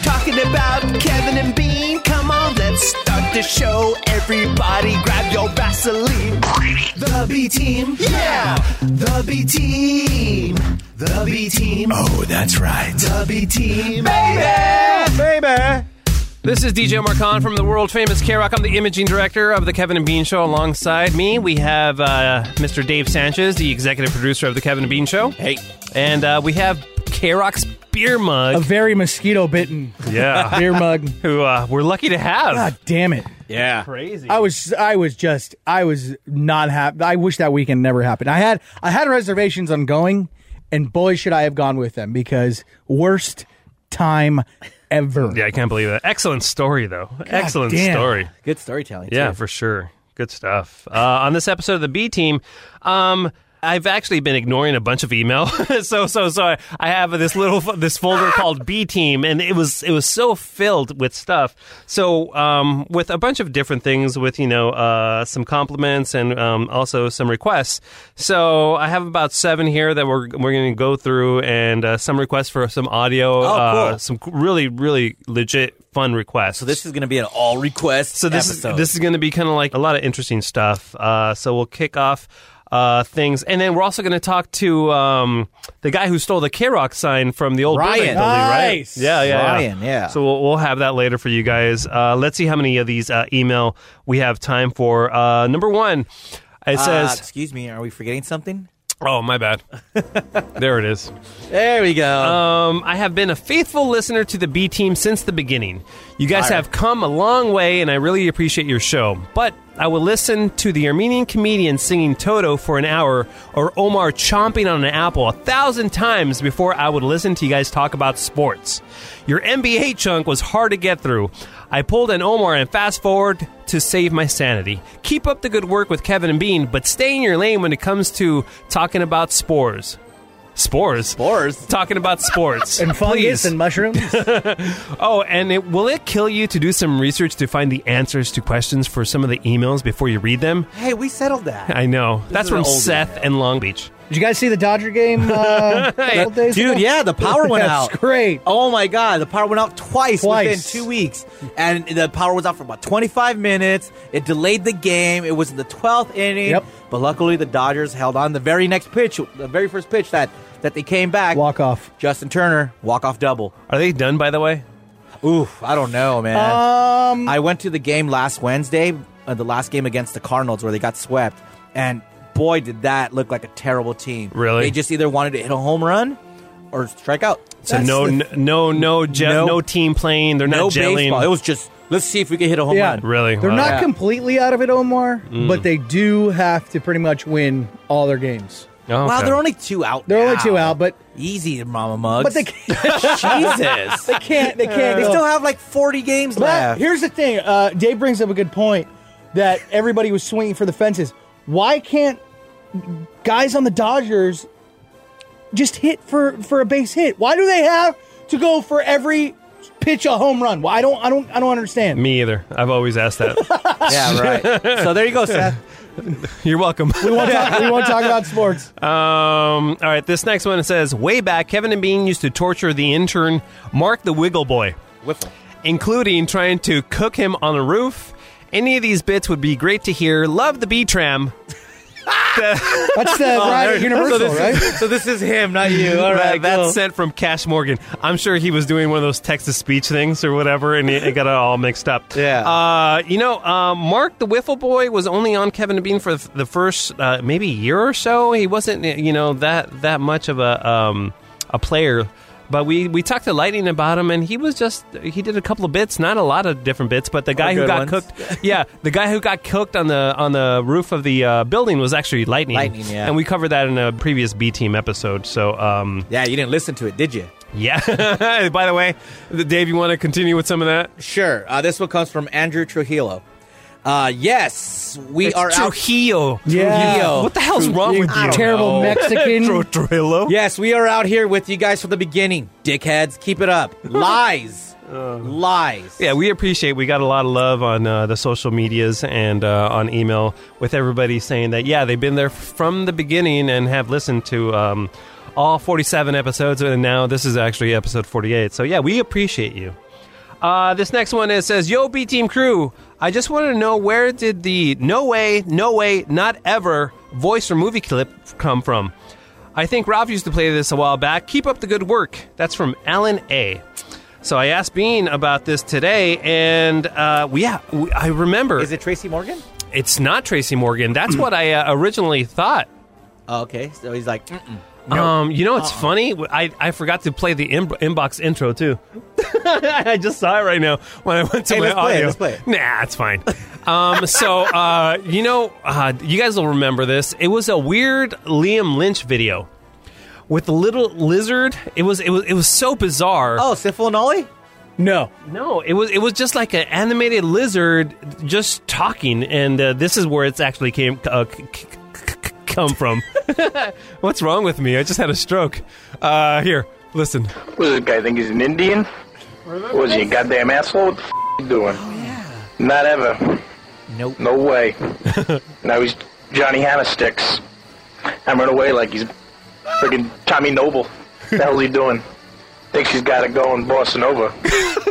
F: talking about Kevin and Bean. Come on, let's start the show. Everybody grab your Vaseline. The B team, yeah, the B team. The B team. Oh, that's right. The B team. Baby!
B: Baby.
A: This is DJ Marcon from the world famous K Rock. I'm the imaging director of the Kevin and Bean Show. Alongside me, we have uh, Mr. Dave Sanchez, the executive producer of the Kevin and Bean Show. Hey. And uh, we have K Rock's beer
C: A
A: mug.
C: very mosquito bitten
A: yeah.
C: [laughs] beer mug.
A: Who uh, we're lucky to have.
C: God damn it.
B: Yeah.
A: Crazy.
C: I was I was just I was not happy. I wish that weekend never happened. I had I had reservations on going, and boy should I have gone with them because worst time ever.
A: Yeah, I can't believe that. Excellent story, though. Excellent
C: damn.
A: story.
B: Good storytelling.
A: Yeah,
B: too.
A: for sure. Good stuff. Uh, on this episode of the B Team, um, I've actually been ignoring a bunch of email. [laughs] so so so I, I have this little fo-
B: [laughs]
A: this folder called B Team, and it was it was so filled with stuff. So um, with a bunch of different things, with you know uh, some compliments and um, also some requests. So I have about seven here that we're we're going to go through, and uh, some requests for some audio, uh,
B: Oh, cool.
A: some really really legit fun requests.
B: So this is going to be an all request.
A: So this
B: episode.
A: is this is going to be kind of like a lot of interesting stuff. Uh, so we'll kick off uh, things, and then we're also going to talk to um, the guy who stole the K Rock sign from the old
B: Ryan.
A: building, right?
C: Nice.
A: Yeah, yeah,
B: Ryan, yeah.
A: So we'll, we'll have that later for you guys. Uh, let's see how many of these uh, email we have time for. Uh, number one, it
B: Uh,
A: says,
B: excuse me, are we forgetting something?
A: "Oh, my bad." [laughs] there it is.
B: There we go.
A: Um, I have been a faithful listener to the B Team since the beginning. You guys have come a long way, and I really appreciate your show. But I will listen to the Armenian comedian singing Toto for an hour, or Omar chomping on an apple a thousand times before I would listen to you guys talk about sports. Your NBA chunk was hard to get through. I pulled an Omar and fast forward to save my sanity. Keep up the good work with Kevin and Bean, but stay in your lane when it comes to talking about spores. Spores.
B: Spores.
A: Talking
B: [laughs]
A: about sports
C: And fungus
A: Please.
C: and mushrooms.
A: [laughs] oh, and it, will it kill you to do some research to find the answers to questions for some of the emails before you read them?
B: Hey, we settled that.
A: I know that's
B: is
A: from
B: an oldie.
A: Seth and Long Beach.
C: Did you guys see the Dodger game? [laughs]
A: [laughs]
C: Uh, a couple days
B: Dude,
C: ago?
B: yeah, the power went out.
C: [laughs] That's great.
B: Oh my god, the power went out twice,
C: Twice.
B: within two weeks, and the power was out for about 25 minutes. It delayed the game. It was in the 12th inning,
C: Yep.
B: but luckily the Dodgers held on. The very next pitch, the very first pitch that that they came back,
C: Walk off.
B: Justin Turner walk off double.
A: Are they done, by the way?
B: Oof, I don't know, man.
C: Um,
B: I went to the game last Wednesday, uh, the last game against the Cardinals where they got swept, and boy, did that look like a terrible team.
A: Really?
B: They just either wanted to hit a home run or strike out.
A: So no, n
B: [laughs]
A: no, no, je- no,
B: No.
A: team playing. They're
B: no
A: not gelling.
B: baseball. It was just let's see if we can hit a home
C: yeah,
B: run.
A: Really?
C: They're
A: Wow.
C: not
B: Yeah.
C: completely out of it, Omar,
A: Mm.
C: but they do have to pretty much win all their games.
A: Oh, okay.
B: Wow, they're only two out.
C: They're only
B: now.
C: two out, but
B: easy, Mama Mugs. [laughs]
C: but they [laughs]
B: Jesus,
C: they can't they can't
B: they
C: go-
B: still have like forty games
C: But
B: left.
C: here's the thing. Uh, Dave brings up a good point that everybody was swinging for the fences. Why can't guys on the Dodgers just hit for for a base hit? Why do they have to go for every pitch a home run? Well, I don't I don't I don't understand.
A: Me either. I've always asked that.
B: [laughs] yeah, right. So there you go, Seth.
A: [laughs]
G: [laughs]
A: You're welcome. [laughs]
C: We won't talk, we won't talk about sports.
A: Um, all right, this next one it says way back, Kevin and Bean used to torture the intern Mark the Wiggle Boy, including trying to cook him on a roof. Any of these bits would be great to hear. Love the B tram.
C: That's
B: Oh,
C: the ride at Universal,
A: So this
C: right?
B: So this is him, not
A: [laughs]
B: you. All
A: That-
B: right,
A: that's
B: cool.
A: sent from Cash Morgan. I'm sure he was doing one of those text to speech things or whatever, and it, it got it all mixed up.
B: Yeah.
A: Uh, you know, uh, Mark the Wiffle Boy was only on Kevin and Bean for the the first uh, maybe year or so. He wasn't, you know, that that much of a um, a player. But we, we talked to Lightning about him, and he was just he did a couple of bits, not a lot of different bits. But the guy who
B: good ones.
A: got cooked, yeah, the guy who got cooked on the on the roof of the uh, building was actually Lightning.
B: Lightning, yeah.
A: And we covered that in a previous B Team episode. So um,
B: yeah, you didn't listen to it, did you?
A: yeah. [laughs] By the way, Dave, you want to continue with some of that?
B: Sure. Uh, this one comes from Andrew Trujillo. Uh, yes, we are out.
A: Trujillo.
C: Yeah.
B: Trujillo.
A: What the hell's wrong with you?
C: Terrible
A: [laughs]
C: Mexican.
A: Trujillo.
B: Yes, we are out here with you guys from the beginning. Dickheads, keep it
A: [laughs]
B: up. Lies.
A: Uh.
B: Lies.
A: Yeah, we appreciate. We got a lot of love on uh, the social medias and uh, on email with everybody saying that. Yeah, they've been there from the beginning and have listened to um, all 47 episodes, and now this is actually episode 48. So yeah, we appreciate you. Uh, this next one is, says, "Yo, B Team crew, I just wanted to know where did the no way, no way, not ever voice or movie clip come from? I think Ralph used to play this a while back. Keep up the good work. That's from Alan A." So I asked Bean about this today, and uh, we- yeah, we, I remember
B: Is it Tracy Morgan?
A: it's not Tracy Morgan. That's what I uh, originally thought.
B: Oh, okay, so he's like, Mm-mm. Uh-uh.
A: Um, you know, it's funny. I, I forgot to play the in- inbox
B: [laughs]
A: intro too. I just saw it right now when [laughs] I went to
B: Hey,
A: my
B: let's play it,
A: audio.
B: let's play it.
A: Nah, it's fine. um, so uh, you know, uh, you guys will remember this. It was a weird Liam Lynch video with the little lizard. It was it was it was so bizarre.
B: oh, Sifonoli?
C: No.
A: No, it was it was just like an animated lizard just talking, and uh, this is where it's actually came uh, c- c- c- c- come from. [laughs] What's wrong with me? I just had a stroke. Uh, here, listen. [laughs]
H: What does this guy think he's an Indian? Was he a goddamn asshole? What the f- you doing? Not ever.
B: Nope.
H: No way. now he's Johnny Hanna sticks. I'm run away like he's freaking Tommy Noble. The hell's he doing? Thinks he's got it going, bossing over.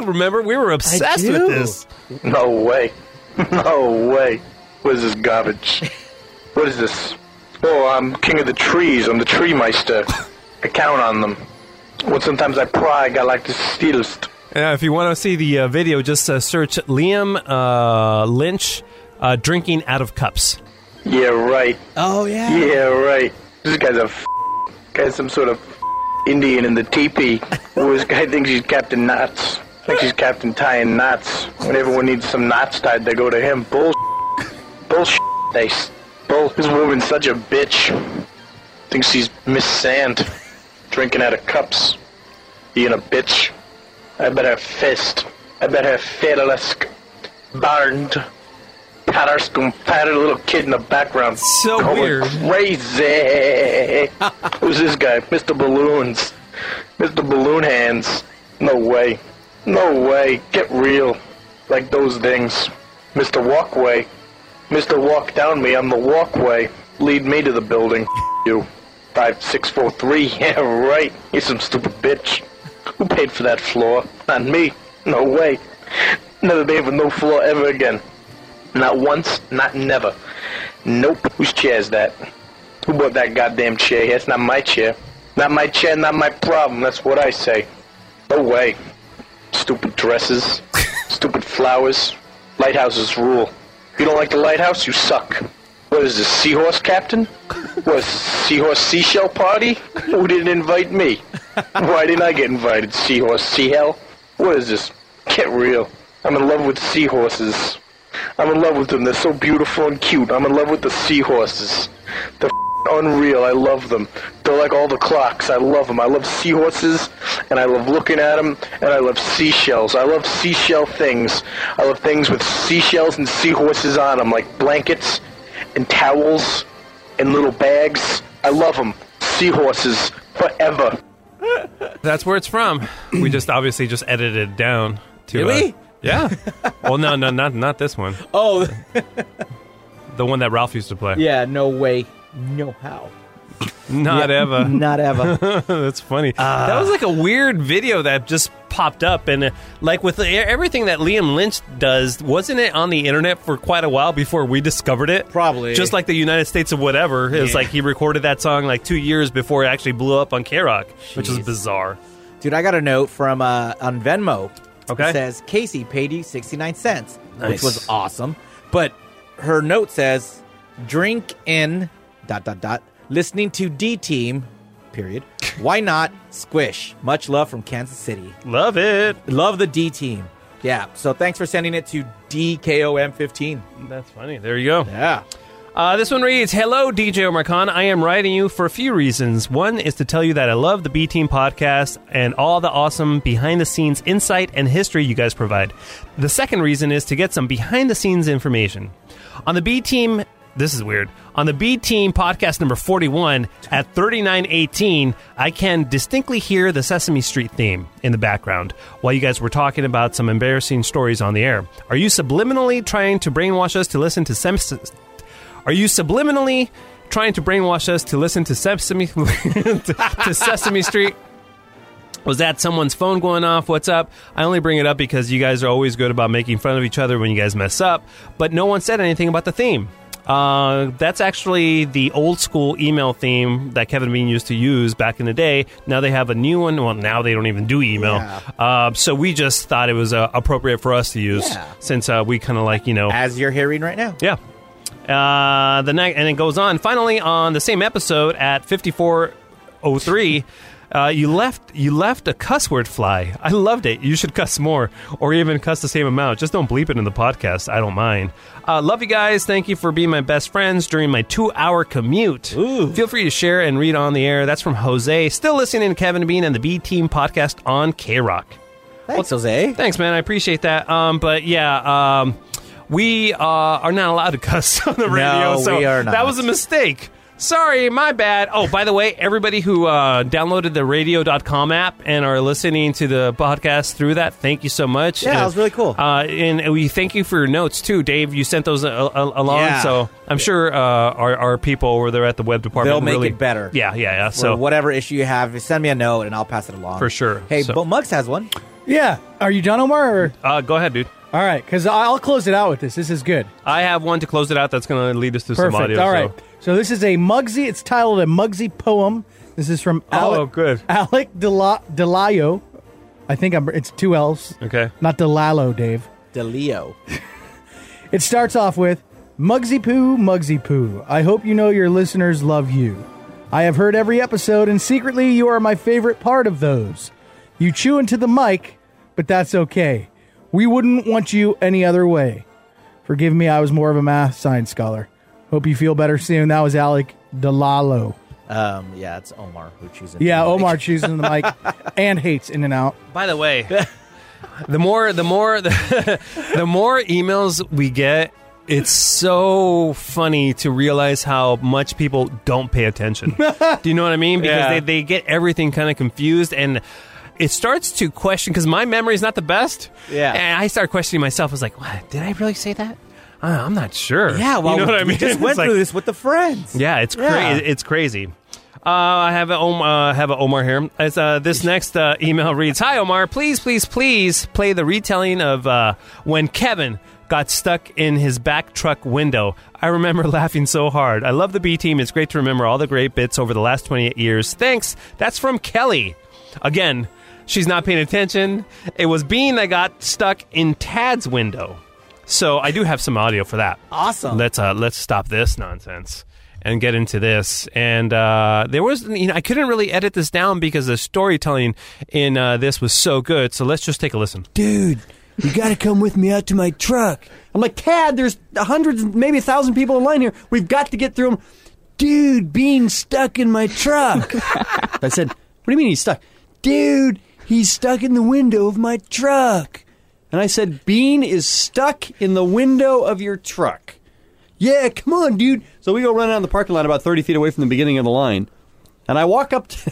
A: Remember, we were obsessed with
B: do.
A: this.
H: No way. [laughs] No way. What is this garbage? What is this? Oh, I'm king of the trees. I'm the tree meister. I count on them. Well, sometimes I pry. I like the steelest.
A: Uh, if you want to see the uh, video, just uh, search Liam uh, Lynch uh, drinking out of cups.
H: Yeah, right.
B: Oh yeah.
H: Yeah, right. This guy's a f- guy's some sort of f- Indian in the teepee. Well, this guy thinks he's Captain Knots. Thinks he's Captain Tying Knots. When everyone needs some knots tied, they go to him. Bull. Bull. They. s- Bull. This woman's such a bitch. Thinks she's Miss Sand, drinking out of cups. Being a bitch. I bet her fist. I bet her fatalisk. Barned. Patterscum patted a little kid in the background.
A: So
H: going
A: weird. [laughs]
H: Crazy. Who's this guy? Mr. Balloons. Mr. Balloon Hands. No way. No way. Get real. Like those things. Mr. Walkway. Mr. Walk down me on the walkway. Lead me to the building. you. five six four three. [laughs] Yeah, right. You some stupid bitch. Who paid for that floor? Not me. No way. Never paid for no floor ever again. Not once. Not never. Nope. Whose chair is that? Who bought that goddamn chair? That's not my chair. Not my chair. Not my problem. That's what I say. No way. Stupid dresses. stupid flowers. Lighthouses rule. You don't like the lighthouse? You suck. What is this, seahorse captain? Was seahorse seashell party? Who didn't invite me? Why didn't I get invited, seahorse seahell? What is this? Get real. I'm in love with seahorses. I'm in love with them. They're so beautiful and cute. I'm in love with the seahorses. They're f***ing unreal. I love them. They're like all the clocks. I love them. I love seahorses, and I love looking at them, and I love seashells. I love seashell things. I love things with seashells and seahorses on them, like blankets and towels and little bags. I love them. Seahorses forever.
A: That's where it's from. We just obviously just edited it down. To,
B: Really?
A: Uh, yeah. well, no, no, not not this one.
C: Oh,
A: The one that Ralph used
I: [laughs]
A: to play.
C: yeah, no way. No how.
I: [laughs]
A: Not ever.
B: Not ever.
A: [laughs] That's funny.
I: Uh,
A: that was like a weird video that just popped up, and uh, like with e- everything that Liam Lynch does, wasn't it on the internet for quite a while before we discovered it?
C: Probably.
A: Just like the United States of whatever, it was
C: Yeah.
A: like he recorded that song like two years before it actually blew up on K Rock, which is bizarre.
B: Dude, I got a note from uh, on Venmo.
A: Okay.
B: It says, Casey paid you 69 cents,
A: Nice.
B: which was awesome. But her note says, drink in, dot, dot, dot, listening to D Team,
A: [laughs]
B: period. Why not squish? Much love from Kansas City.
A: Love it.
B: Love the D Team. Yeah. So thanks for sending it to DKOM15.
A: That's funny. There you go.
B: Yeah.
A: Uh, this one reads Hello, DJ Omar Khan. I am writing you for a few reasons. One is to tell you that I love the B Team podcast and all the awesome behind the scenes insight and history you guys provide. The second reason is to get some behind the scenes information. On the B Team, this is weird. On the B Team podcast number 41 at 3918, I can distinctly hear the Sesame Street theme in the background while you guys were talking about some embarrassing stories on the air. Are you subliminally trying to brainwash us to listen to Sem- are you subliminally trying to brainwash us to listen to Sesame [laughs] to, to Sesame Street? Was that someone's phone going off? What's up? I only bring it up because you guys are always good about making fun of each other when you guys mess up, but no one said anything about the theme. Uh, that's actually the old school email theme that Kevin Bean used to use back in the day. Now they have a new one. Well, now they don't even do email. Uh, so we just thought it was uh, appropriate for us to use
B: Yeah.
A: since uh, we kind of like, you know.
B: As you're hearing right now.
A: Yeah. Uh, the next, and it goes on. Finally, on the same episode at fifty four oh three. Uh, you left you left a cuss word fly. I loved it. You should cuss more, or even cuss the same amount. Just don't bleep it in the podcast. I don't mind. Uh, love you guys. Thank you for being my best friends during my two hour commute. Feel free to share and read on the air. That's from Jose. Still listening to Kevin Bean and the B Team podcast on K Rock.
B: Thanks, Jose.
A: Thanks, man. I appreciate that. Um, but yeah, um, we uh, are not allowed to cuss [laughs] on the radio, so
B: we are not.
A: that was a mistake. Sorry, my bad. Oh, by the way, everybody who uh, downloaded the radio.com app and are listening to the podcast through that, thank you so much.
B: Yeah,
A: And,
B: that was really cool.
A: Uh, and we thank you for your notes, too, Dave. You sent those a- a- along,
B: Yeah.
A: so I'm sure uh, our, our people over there at the web department
B: They'll make
A: really-
B: it better.
A: Yeah, yeah, yeah.
B: So
A: So
B: whatever issue you have, send me a note and I'll pass it along
A: For sure.
B: Hey,
A: So-
B: but Muggs has one.
C: Yeah. Are you done, Omar? Or?
A: uh, go ahead, dude.
C: All right, because I'll close it out with this. This is good.
A: I have one to close it out that's going to lead us to
C: Perfect.
A: some audio.
C: All
A: so-
C: right. So. this is a Mugsy. It's titled a Mugsy poem. This is from Alec,
A: Oh, good.
C: Alec Dela- Delayo. I think I'm. It's two L's,
A: Okay.
C: not Delalo, Dave.
B: DeLeo.
C: [laughs] It starts off with Mugsy Poo, Mugsy Poo. I hope you know your listeners love you. I have heard every episode, and secretly, you are my favorite part of those. You chew into the mic, but that's okay. We wouldn't want you any other way. Forgive me, I was more of a math science scholar. Hope you feel better soon. That was Alec Delalo.
B: Um, yeah, it's Omar who chooses.
C: Yeah, Omar choosing the mic and hates In and Out.
A: By
B: [laughs]
A: the way, the more the more [laughs] the, more emails we get, it's so funny to realize how much people don't
B: [laughs]
A: pay attention. Do you know what I mean? Because
B: Yeah.
A: they, they get everything kind of confused and it starts to question because my memory is not the best.
B: Yeah.
A: and I start questioning myself. I was like, what, "Did I really say that? Uh, I'm not sure."
B: Yeah, well,
A: you know what I
B: we
A: mean?
B: just went
A: [laughs] It's like-
B: through this with the friends.
A: Yeah, it's
B: Yeah.
A: crazy. It's crazy. Uh, I have a Om- uh, have a Omar here. As, uh, this next uh, email reads, "Hi Omar, please, please, please play the retelling of uh, when Kevin got stuck in his back truck window. I remember [laughs] laughing so hard. I love the B team. It's great to remember all the great bits over the last 28 years. Thanks. That's from Kelly. Again, she's not paying attention. It was Bean that got stuck in Tad's window. So I do have some audio for that.
B: Awesome.
A: Let's uh, let's stop this nonsense and get into this. And uh, there was, you know, I couldn't really edit this down because the storytelling in uh, this was so good. So let's just take a [laughs] listen.
J: dude, you got to come with me out to my truck. I'm like, Tad, there's hundreds, maybe a thousand people in line here. We've got to get through them. Dude, being stuck in my truck. I said, What do you mean he's stuck? Dude, he's stuck in the window of my truck. And I said, Bean is stuck in the window of your truck. Yeah, come on, dude. So we go run out in the parking lot about 30 feet away from the beginning of the line. And I walk up to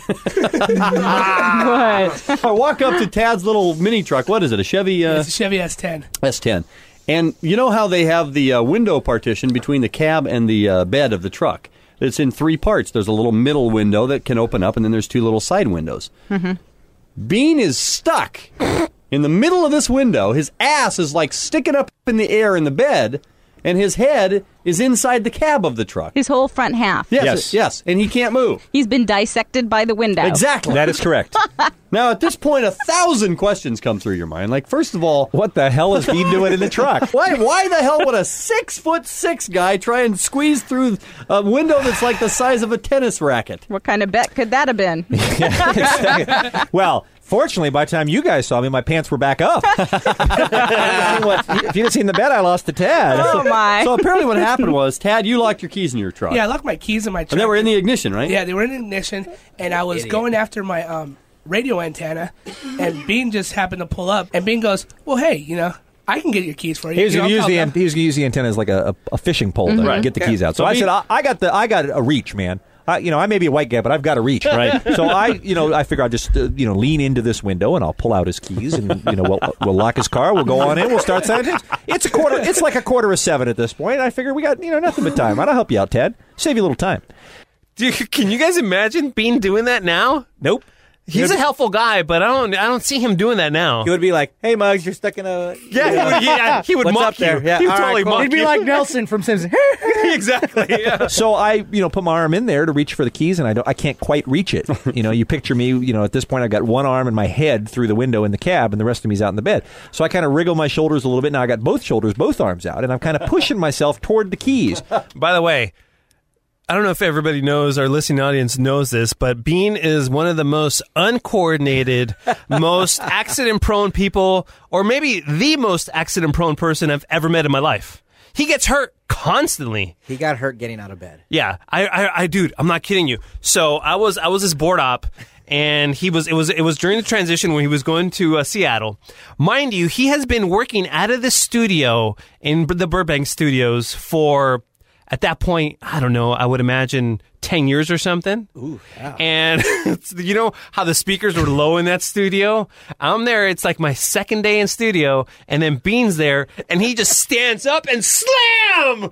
K: What?
J: I walk up to Tad's little mini truck. What is it? A Chevy uh,
D: It's a Chevy S10.
J: S10. And you know how they have the uh, window partition between the cab and the uh, bed of the truck? It's in three parts. There's a little middle window that can open up, and then there's two little side windows. Bean is stuck in the middle of this window. His ass is like sticking up in the air in the bed, and his head is inside the cab of the truck.
K: His whole front half.
J: Yes,
G: Yes.
J: yes, and he can't move.
K: He's been dissected by the window.
J: Exactly.
G: That is correct.
J: [laughs] Now, at this point, a thousand questions come through your mind. Like, first of all,
G: what the hell is
J: [laughs]
G: Bean doing in the truck?
J: Why? Why the hell would a six foot six guy try and squeeze through a window that's like the size of a tennis racket?
K: [laughs] What kind of bet could that have
G: [laughs]
K: been?
G: Well, fortunately, by the time you guys saw me, my pants were back up. [laughs] if you'd have seen the bed, I lost the Tad.
K: oh my.
J: So apparently, what happened was, Tad, you locked your keys in your truck.
D: Yeah, I locked my keys in my truck.
J: and they were in the ignition, right?
D: Yeah, they were in ignition, and I was going after my um, radio antenna, and Bean just happened to pull up, and Bean goes, "Well, hey, you know, I can get your keys for you."
G: He was
D: You know,
G: gonna use
D: I'll
G: the
D: call
G: an-
D: them."
G: he was gonna use the antenna as like a, a, a fishing pole to
A: Mm-hmm.
G: get the keys out. So, I said I, I got the I got a reach, man. I, you know, I may be a white guy, but I've got a reach, right? [laughs] so I, you know, I figure I'll just uh, you know lean into this window and I'll pull out his keys and you know we'll, we'll lock his car, we'll go on in, we'll start signing. tickets. It's a quarter, it's like a quarter of seven at this point. I figure we got you know nothing but time. I'll help you out, Ted. Save you a little time.
A: Dude, can you guys imagine Bean doing that now?
G: Nope.
A: He's a helpful guy, but I don't I don't see him doing that now.
B: He would be like, "Hey, Muggs, you're stuck in a
A: yeah, he [laughs] would, yeah, he would
B: What's
A: mock
B: up there?
A: you.
B: Yeah,
A: he would
B: all right,
A: totally
B: cool.
A: mock
C: He'd be
A: you.
C: like Nelson from Simpsons.
A: [laughs]
C: [laughs]
A: exactly.
J: [laughs]
A: Yeah.
G: So I, you know, put my arm in there to reach for the keys, and I don't, I can't quite reach
J: [laughs]
G: it. You know, you picture me, you know, at this point, I've got one arm and my head through the window in the cab, and the rest of me's out in the bed. So I kind of wriggle my shoulders a little bit. Now I got both shoulders, both arms out, and I'm kind of pushing [laughs] myself toward the keys.
A: [laughs] By the way, I don't know if everybody knows, our listening audience knows this, but Bean is one of the most uncoordinated, most accident prone people, or maybe the most accident prone person I've ever met in my life. He gets hurt constantly.
B: He got hurt getting out of bed.
A: Yeah, I, I, I, dude, I'm not kidding you. So I was, I was this board op, and he was, it was, it was during the transition when he was going to uh, Seattle. Mind you, he has been working out of the studio in the Burbank studios for, at that point, I don't know, I would imagine ten years or something. Ooh, [laughs] And you know how the speakers were low in that studio? I'm there. It's like my second day in studio, and then Bean's there, and he just stands up and slam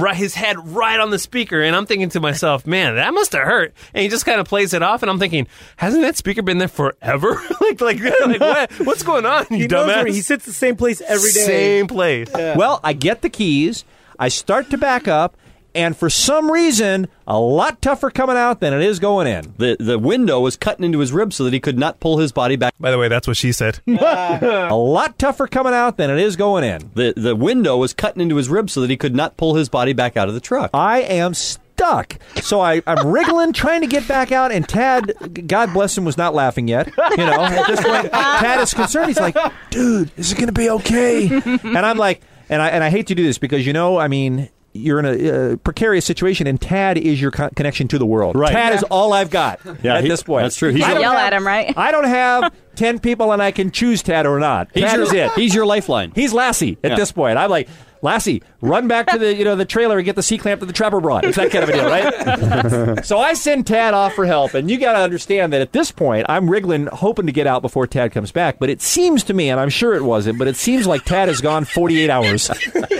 A: right, his head right on the speaker. And I'm thinking to myself, man, that must have hurt. And he just kind of plays it off, and I'm thinking, hasn't that speaker been there forever? [laughs] like, like, [laughs]
B: [laughs]
A: like what, what's going on, you
B: He knows
A: dumbass?
B: where- he sits the same place every day.
A: Same place.
G: Well, I get the keys, I start to back up, and for some reason, a lot tougher coming out than it is going in.
J: The the window was cutting into his ribs so that he could not pull his body back.
A: By the way, that's what
J: [laughs]
A: she said.
G: A lot tougher coming out than it is going in.
J: The the window was cutting into his ribs so that he could not pull his body back out of the truck.
G: I am stuck. So I, I'm wriggling, trying to get back out, and Tad, God bless him, was not laughing yet. You know, at this point, Tad is concerned. He's like, dude, is it going to be okay? And I'm like, and I, and I hate to do this because, you know, I mean, you're in a uh, precarious situation, and Tad is your con- connection to the world.
J: Right.
G: Tad is all I've got
J: Yeah,
G: at
J: he-
G: this point.
J: that's true. He's
G: I [laughs]
K: You
G: don't
K: yell
G: have-
K: at him, right?
G: I don't have ten people, and I can choose Tad or not.
L: He's
G: Tad
L: your,
G: is it.
L: He's your lifeline.
G: He's Lassie at
L: Yeah.
G: this point. I'm like, Lassie, run back to the you know the trailer and get the C clamp that the trapper brought. It's that kind of a deal, [laughs]
A: [laughs]
G: right? so I send Tad off for help, and you got to understand that at this point, I'm wriggling, hoping to get out before Tad comes back. But it seems to me, and I'm sure it wasn't, but it seems like Tad has gone 48 hours.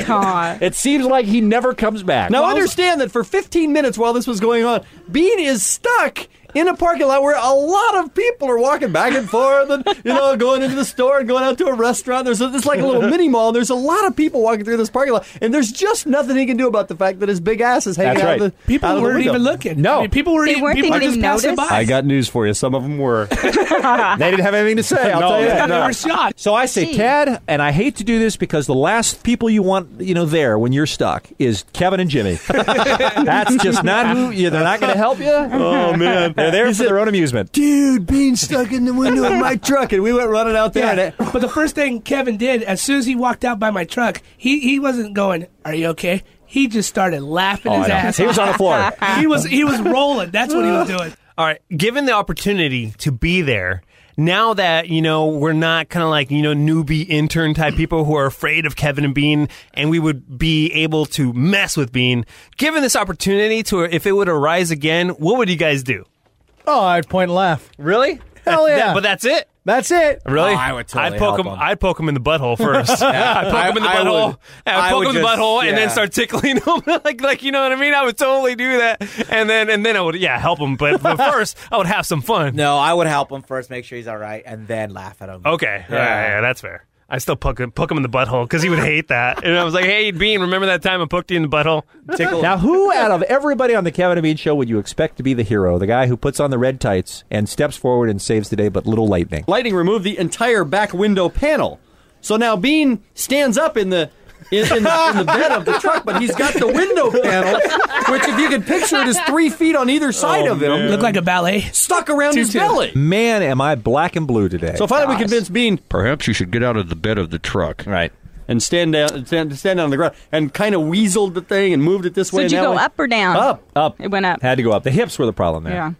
K: God.
G: it seems like he never comes back.
J: Now understand that for 15 minutes while this was going on, Bean is stuck in a parking lot where a lot of people are walking back and forth, and you know, going into the store and going out to a restaurant. There's a, it's like a little mini mall. There's a lot of people walking through this parking lot, and there's just nothing he can do about the fact that his big ass is hanging
G: That's
J: out.
G: right.
J: Of the, out
D: People
J: of the
D: weren't
J: window.
D: even looking.
G: No.
D: I mean, people were
K: They
D: even,
K: weren't- they
D: people were
K: didn't
D: just
K: even
D: passing
K: notice?
D: by.
L: I got news for you. Some of them
D: [laughs]
L: were.
G: They didn't have anything to say. [laughs] I'll
L: No,
G: tell you
L: they-
G: that.
D: they were shocked.
G: So I say,
K: Gee.
G: Tad, and I hate to do this because the last people you want, you know, there when you're stuck is Kevin and
D: [laughs]
G: Jimmy. [laughs] That's just not who. You, they're not going to
J: [laughs]
G: help you. Oh man, they're there for their own amusement.
J: Dude, Bean stuck in the window of
D: [laughs]
J: my truck, and we went running out there. And
D: Yeah.
J: it,
D: But the first thing Kevin did, as soon as he walked out by my truck, he, he wasn't going, Are you okay? He just started laughing
G: Oh, I
D: his
G: know.
D: ass
G: He was on the
D: [laughs]
G: floor.
D: off. He was he was rolling. That's what he [laughs] was doing.
A: All right, given the opportunity to be there, now that you know we're not kind of like you know newbie intern type people who are afraid of Kevin and Bean, and we would be able to mess with Bean. Given this opportunity to, if it would arise again, what would you guys do?
C: Oh, I'd point and laugh.
A: Really?
C: Hell yeah.
A: but that's it.
C: That's it.
A: Really?
L: Oh, I would totally
A: I'd poke
L: help
A: him.
L: him.
A: I'd poke him in the
L: [laughs]
A: butthole first. I'd poke him in the
L: I- I
A: butthole.
L: would.
A: and I'd
L: I
A: poke
L: would
A: him in the
L: just-
A: butthole and then
L: yeah.
A: start tickling him. [laughs] like, like you know what I mean? I would totally do that. And then, and then I would, yeah, help him.
B: [laughs]
A: But, but first, I would have some fun.
B: No, I would help him first, make sure he's all right, and then laugh at him.
A: Okay, yeah, yeah, yeah, that's fair. I still poke him, poke him in the butthole because he would hate that. And I was like, "Hey, Bean, remember that time I poked you in the butthole?"
B: Tickle.
G: Now, who out of everybody on the Kevin and Bean show would you expect to be the hero? The guy who puts on the red tights and steps forward and saves the day, but little lightning.
J: lighting removed the entire back window panel. So now Bean stands up in the in, in the, in the bed of the truck, but he's got the window panel, which, if you could picture it, is three feet on either side
M: Oh,
J: of him,
D: Looked like a ballet.
J: stuck around his belly.
G: Man, am I black and blue today?
J: So finally, we convinced Bean
M: Perhaps you should get out of the bed of the truck.
G: right.
J: and stand down, stand, stand down on the ground, and kind of weaseled the thing and moved it this
K: So
J: way. and
K: did you
J: that
K: go
J: way.
K: up or down?
J: Up,
G: Up
K: [laughs] It went up.
G: Had to go up. The hips were the problem there.
K: Yeah.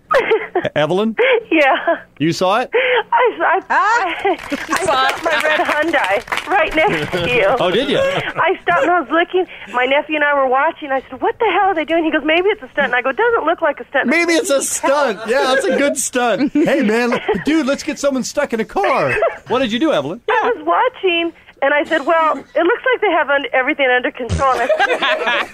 J: Evelyn?
N: Yeah,
J: You saw it?
N: I, I,
K: Ah,
N: I stopped my red Hyundai right next to you.
J: Oh, did you?
N: I stopped and I was looking. My nephew and I were watching. I said, "What the hell are they doing?" He goes, "Maybe it's a stunt." And I go, "Doesn't look like a stunt."
J: Maybe it's a
N: [laughs]
J: stunt. Yeah, that's a good stunt. Hey, man, dude, let's get someone stuck in a car. What did you do, Evelyn?
N: I was watching. And I said, "Well, it looks like they have un- everything under control." And I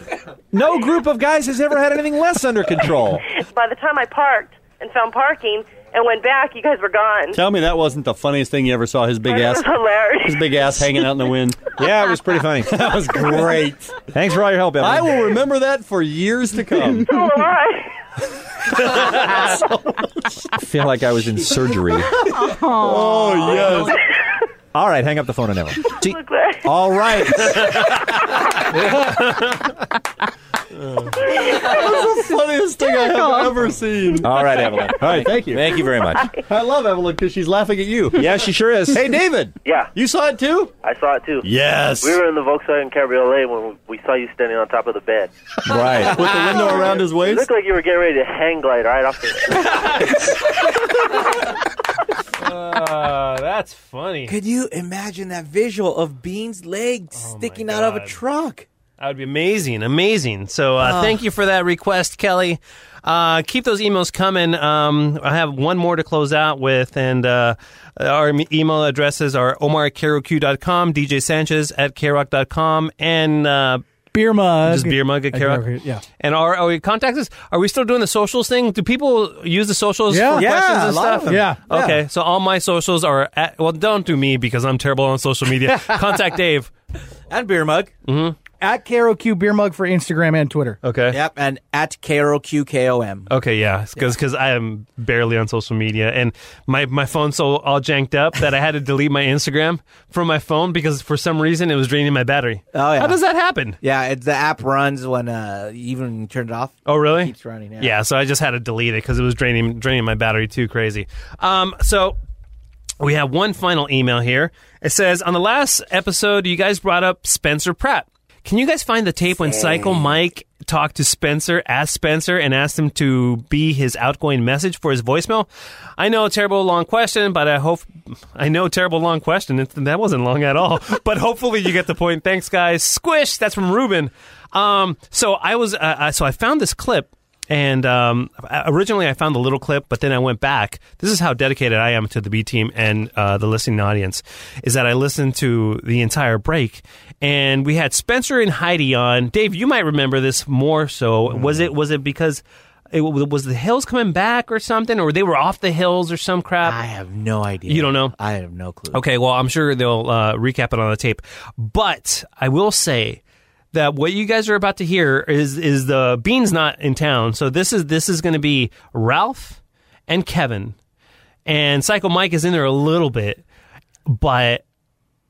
G: No group of guys has ever had anything less under control.
N: said, by the time I parked and found parking and went back, you guys were gone.
J: Tell me that wasn't the funniest thing you ever saw. His big
N: It was
J: ass,
N: hilarious.
J: his big ass hanging out in the wind.
G: Yeah, it was pretty [laughs] funny.
J: That was great.
G: Thanks for all your help, Evan.
J: [laughs] I will remember that for years to [laughs] come.
N: So am
E: [laughs]
N: I.
G: I feel like I was in
J: [laughs]
G: surgery.
J: Oh yes.
G: All right, hang up the phone and Evan. See-
N: Look like-
G: all right.
J: That's the funniest thing I have ever seen.
G: All right,
J: [laughs]
G: Evelyn. All right,
J: thank you.
G: Thank you very much.
J: I love Evelyn because she's laughing at you.
G: Yeah, she sure is.
J: Hey David,
O: Yeah,
J: you saw it too?
O: I saw it too.
J: Yes.
O: We were in the Volkswagen Cabriolet when we saw you standing on top of the bed.
G: Right.
J: With the window around his
O: It
J: waist.
O: looked like you were getting ready to hang glide right off the.
A: Uh, that's funny.
B: Could you imagine that visual of Bean's leg sticking out of a
A: Oh, God.
B: truck?
A: That would be amazing, amazing. So
C: Oh.
A: uh, thank you for that request, Kelly. Uh, keep those emails coming. Um, I have one more to close out with, and uh, our em- email addresses are omar at kroq.com, DJ Sanchez at kroq.com, and uh,
C: Beer mug.
A: Just beer mug at
C: I
A: Carrot.
C: can remember, yeah.
A: And are, are we contact us? Are we still doing the socials thing? Do people use the socials
C: Yeah.
A: for
C: Yeah,
A: questions
J: a
A: and
J: lot
A: stuff?
J: of them.
C: Yeah.
A: Okay. So all my socials are at well, don't do me because I'm terrible on social
C: [laughs]
A: media. contact Dave. Mm-hmm.
B: And beer mug.
C: At Caro Q Beer Mug for Instagram and Twitter.
A: Okay.
B: Yep, and at Carol Q K O M.
A: Okay, yeah, because I am barely on social media, and my my phone's so all janked up that I had to delete my Instagram from my phone because for some reason it was draining my battery.
B: Oh, yeah.
A: how does that happen?
B: Yeah, it's the app runs when uh, you even turn it off.
A: Oh, really?
B: It keeps running, yeah.
A: so I just had to delete it because it was draining draining my battery too crazy. Um, so we have one final email here. It says on the last episode, you guys brought up Spencer Pratt. Can you guys find the tape when Psycho Mike talked to Spencer, asked Spencer, and asked him to be his outgoing message for his voicemail? I know, terrible long question, but I hope I know terrible long question. It's- That wasn't long at all, but hopefully you get the point. Thanks, guys. Squish. That's from Ruben. Um, so I was, uh, uh, so I found this clip. And um, originally, I found the little clip, but then I went back. This is how dedicated I am to the B team and uh, the listening audience. Is that I listened to the entire break, and we had Spencer and Heidi on. Dave, you might remember this more. So was it was it because it w- was the Hills coming back or something, or they were off the Hills or some crap? I have
B: no idea.
A: You don't know?
B: I have no clue.
A: Okay, well, I'm sure they'll uh, recap it on the tape. But I will say that what you guys are about to hear is is the Bean's not in town, so this is this is going to be Ralph and Kevin, and Psycho Mike is in there a little bit, but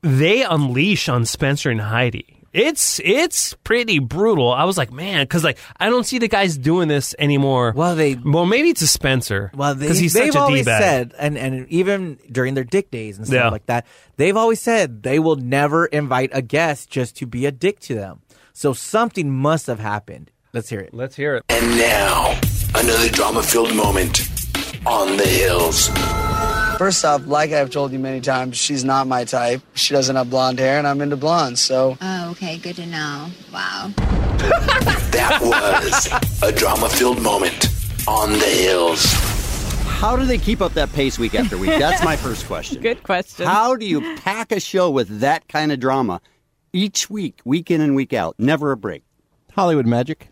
A: they unleash on Spencer and Heidi. It's it's pretty brutal. I was like, man, because like I don't see the guys doing this anymore. Well, they well maybe it's a Spencer. Well,
B: They-
A: because he's
B: they've
A: such a d
B: always
A: bag.
B: said, and and even during their dick days and stuff
A: Yeah.
B: like that, they've always said they will never invite a guest just to be a dick to them. So something must have happened. Let's hear it.
A: Let's hear it.
E: And now, another drama filled moment on the hills.
P: First off, like I've told you many times, she's not my type. She doesn't have blonde hair, and I'm into blondes, so.
Q: Oh, okay. Good to know. Wow.
E: That was a drama filled moment on the hills.
R: How do they keep up that pace week after week? That's
K: [laughs]
R: my first question.
K: Good question.
R: How do you pack a show with that kind of drama each week, week in and week out? Never a break. Hollywood magic.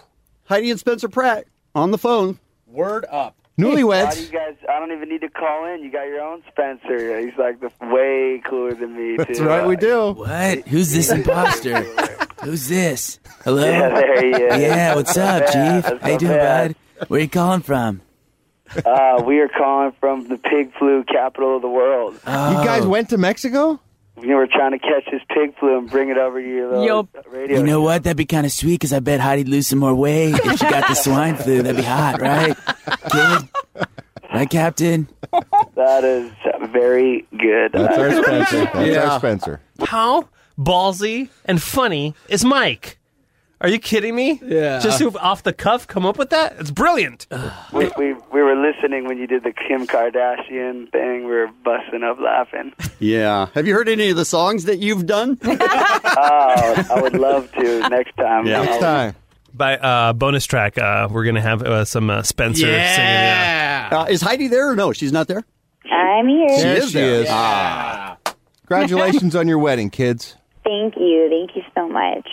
R: [sighs] Heidi and Spencer Pratt on the phone.
S: Word up.
R: Newlyweds.
S: you guys, I don't even need to call in. You got your own Spencer. He's like the, way cooler than me. too. uh,
R: do.
T: What? Who's this imposter? Who's this? Hello?
S: Yeah, there he is.
T: Yeah, what's up,
S: That's
T: Chief?
S: not
T: How you doing,
S: bad.
T: bud? Where you calling from?
S: Uh, we are calling from the pig flu capital of the world.
U: You guys went to Mexico?
S: We were trying to catch this pig flu and bring it over to your little radio.
T: You know what? That'd be kind of sweet because I bet Heidi'd lose some more weight if she
S: [laughs]
T: got the swine flu. That'd be hot, right? Kid? Right, Captain?
S: That is very good.
T: That's our
U: Spencer. That's
A: Yeah.
U: our Spencer.
A: How ballsy and funny is Mike? Are you kidding me? Yeah. Just who off the cuff come up with that? It's brilliant.
R: [laughs]
S: We, we we were listening when you did the Kim Kardashian thing. We were busting up laughing.
R: Yeah. Have you heard any of the songs that you've done?
S: oh, I would love
R: [laughs]
S: to next time. I'll-
A: By uh, bonus track, uh, we're gonna have uh, some uh, Spencer
R: Yeah. Uh, is Heidi there or no? She's not there.
V: I'm here.
U: She is
R: there.
U: there. Ah. [laughs] Congratulations on your wedding, kids.
V: Thank you. Thank you so much.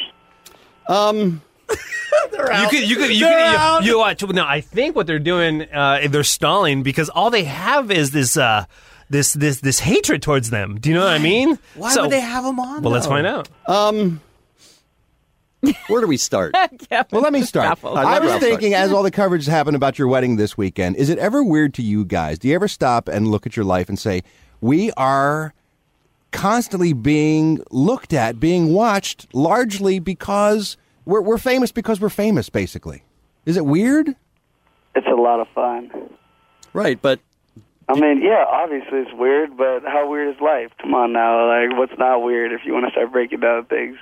R: Um,
A: singing. You could, you could, you
V: They're
A: could,
V: out.
A: you, you watch. No, I think what they're doing, uh, they're stalling because all they have is this, uh, this, this, this hatred towards them. Do you know what I mean?
B: Why
A: So-
B: would they have him on?
A: Well, let's
B: though?
A: find out.
R: Um, where do we start?
B: [laughs]
U: well, let me start.
R: I
U: I,
R: love
U: was
R: Ralph
U: thinking,
R: Stark.
U: as all the coverage has happened about your wedding this weekend, is it ever weird to you guys? Do you ever stop and look at your life and say, we are constantly being looked at, being watched, largely because we're, we're famous because we're famous, basically? Is it weird?
S: It's a lot of fun.
R: Right, but
S: I mean, yeah, obviously it's weird, but how weird is life? Come on now, like what's not weird if you want to start breaking down things?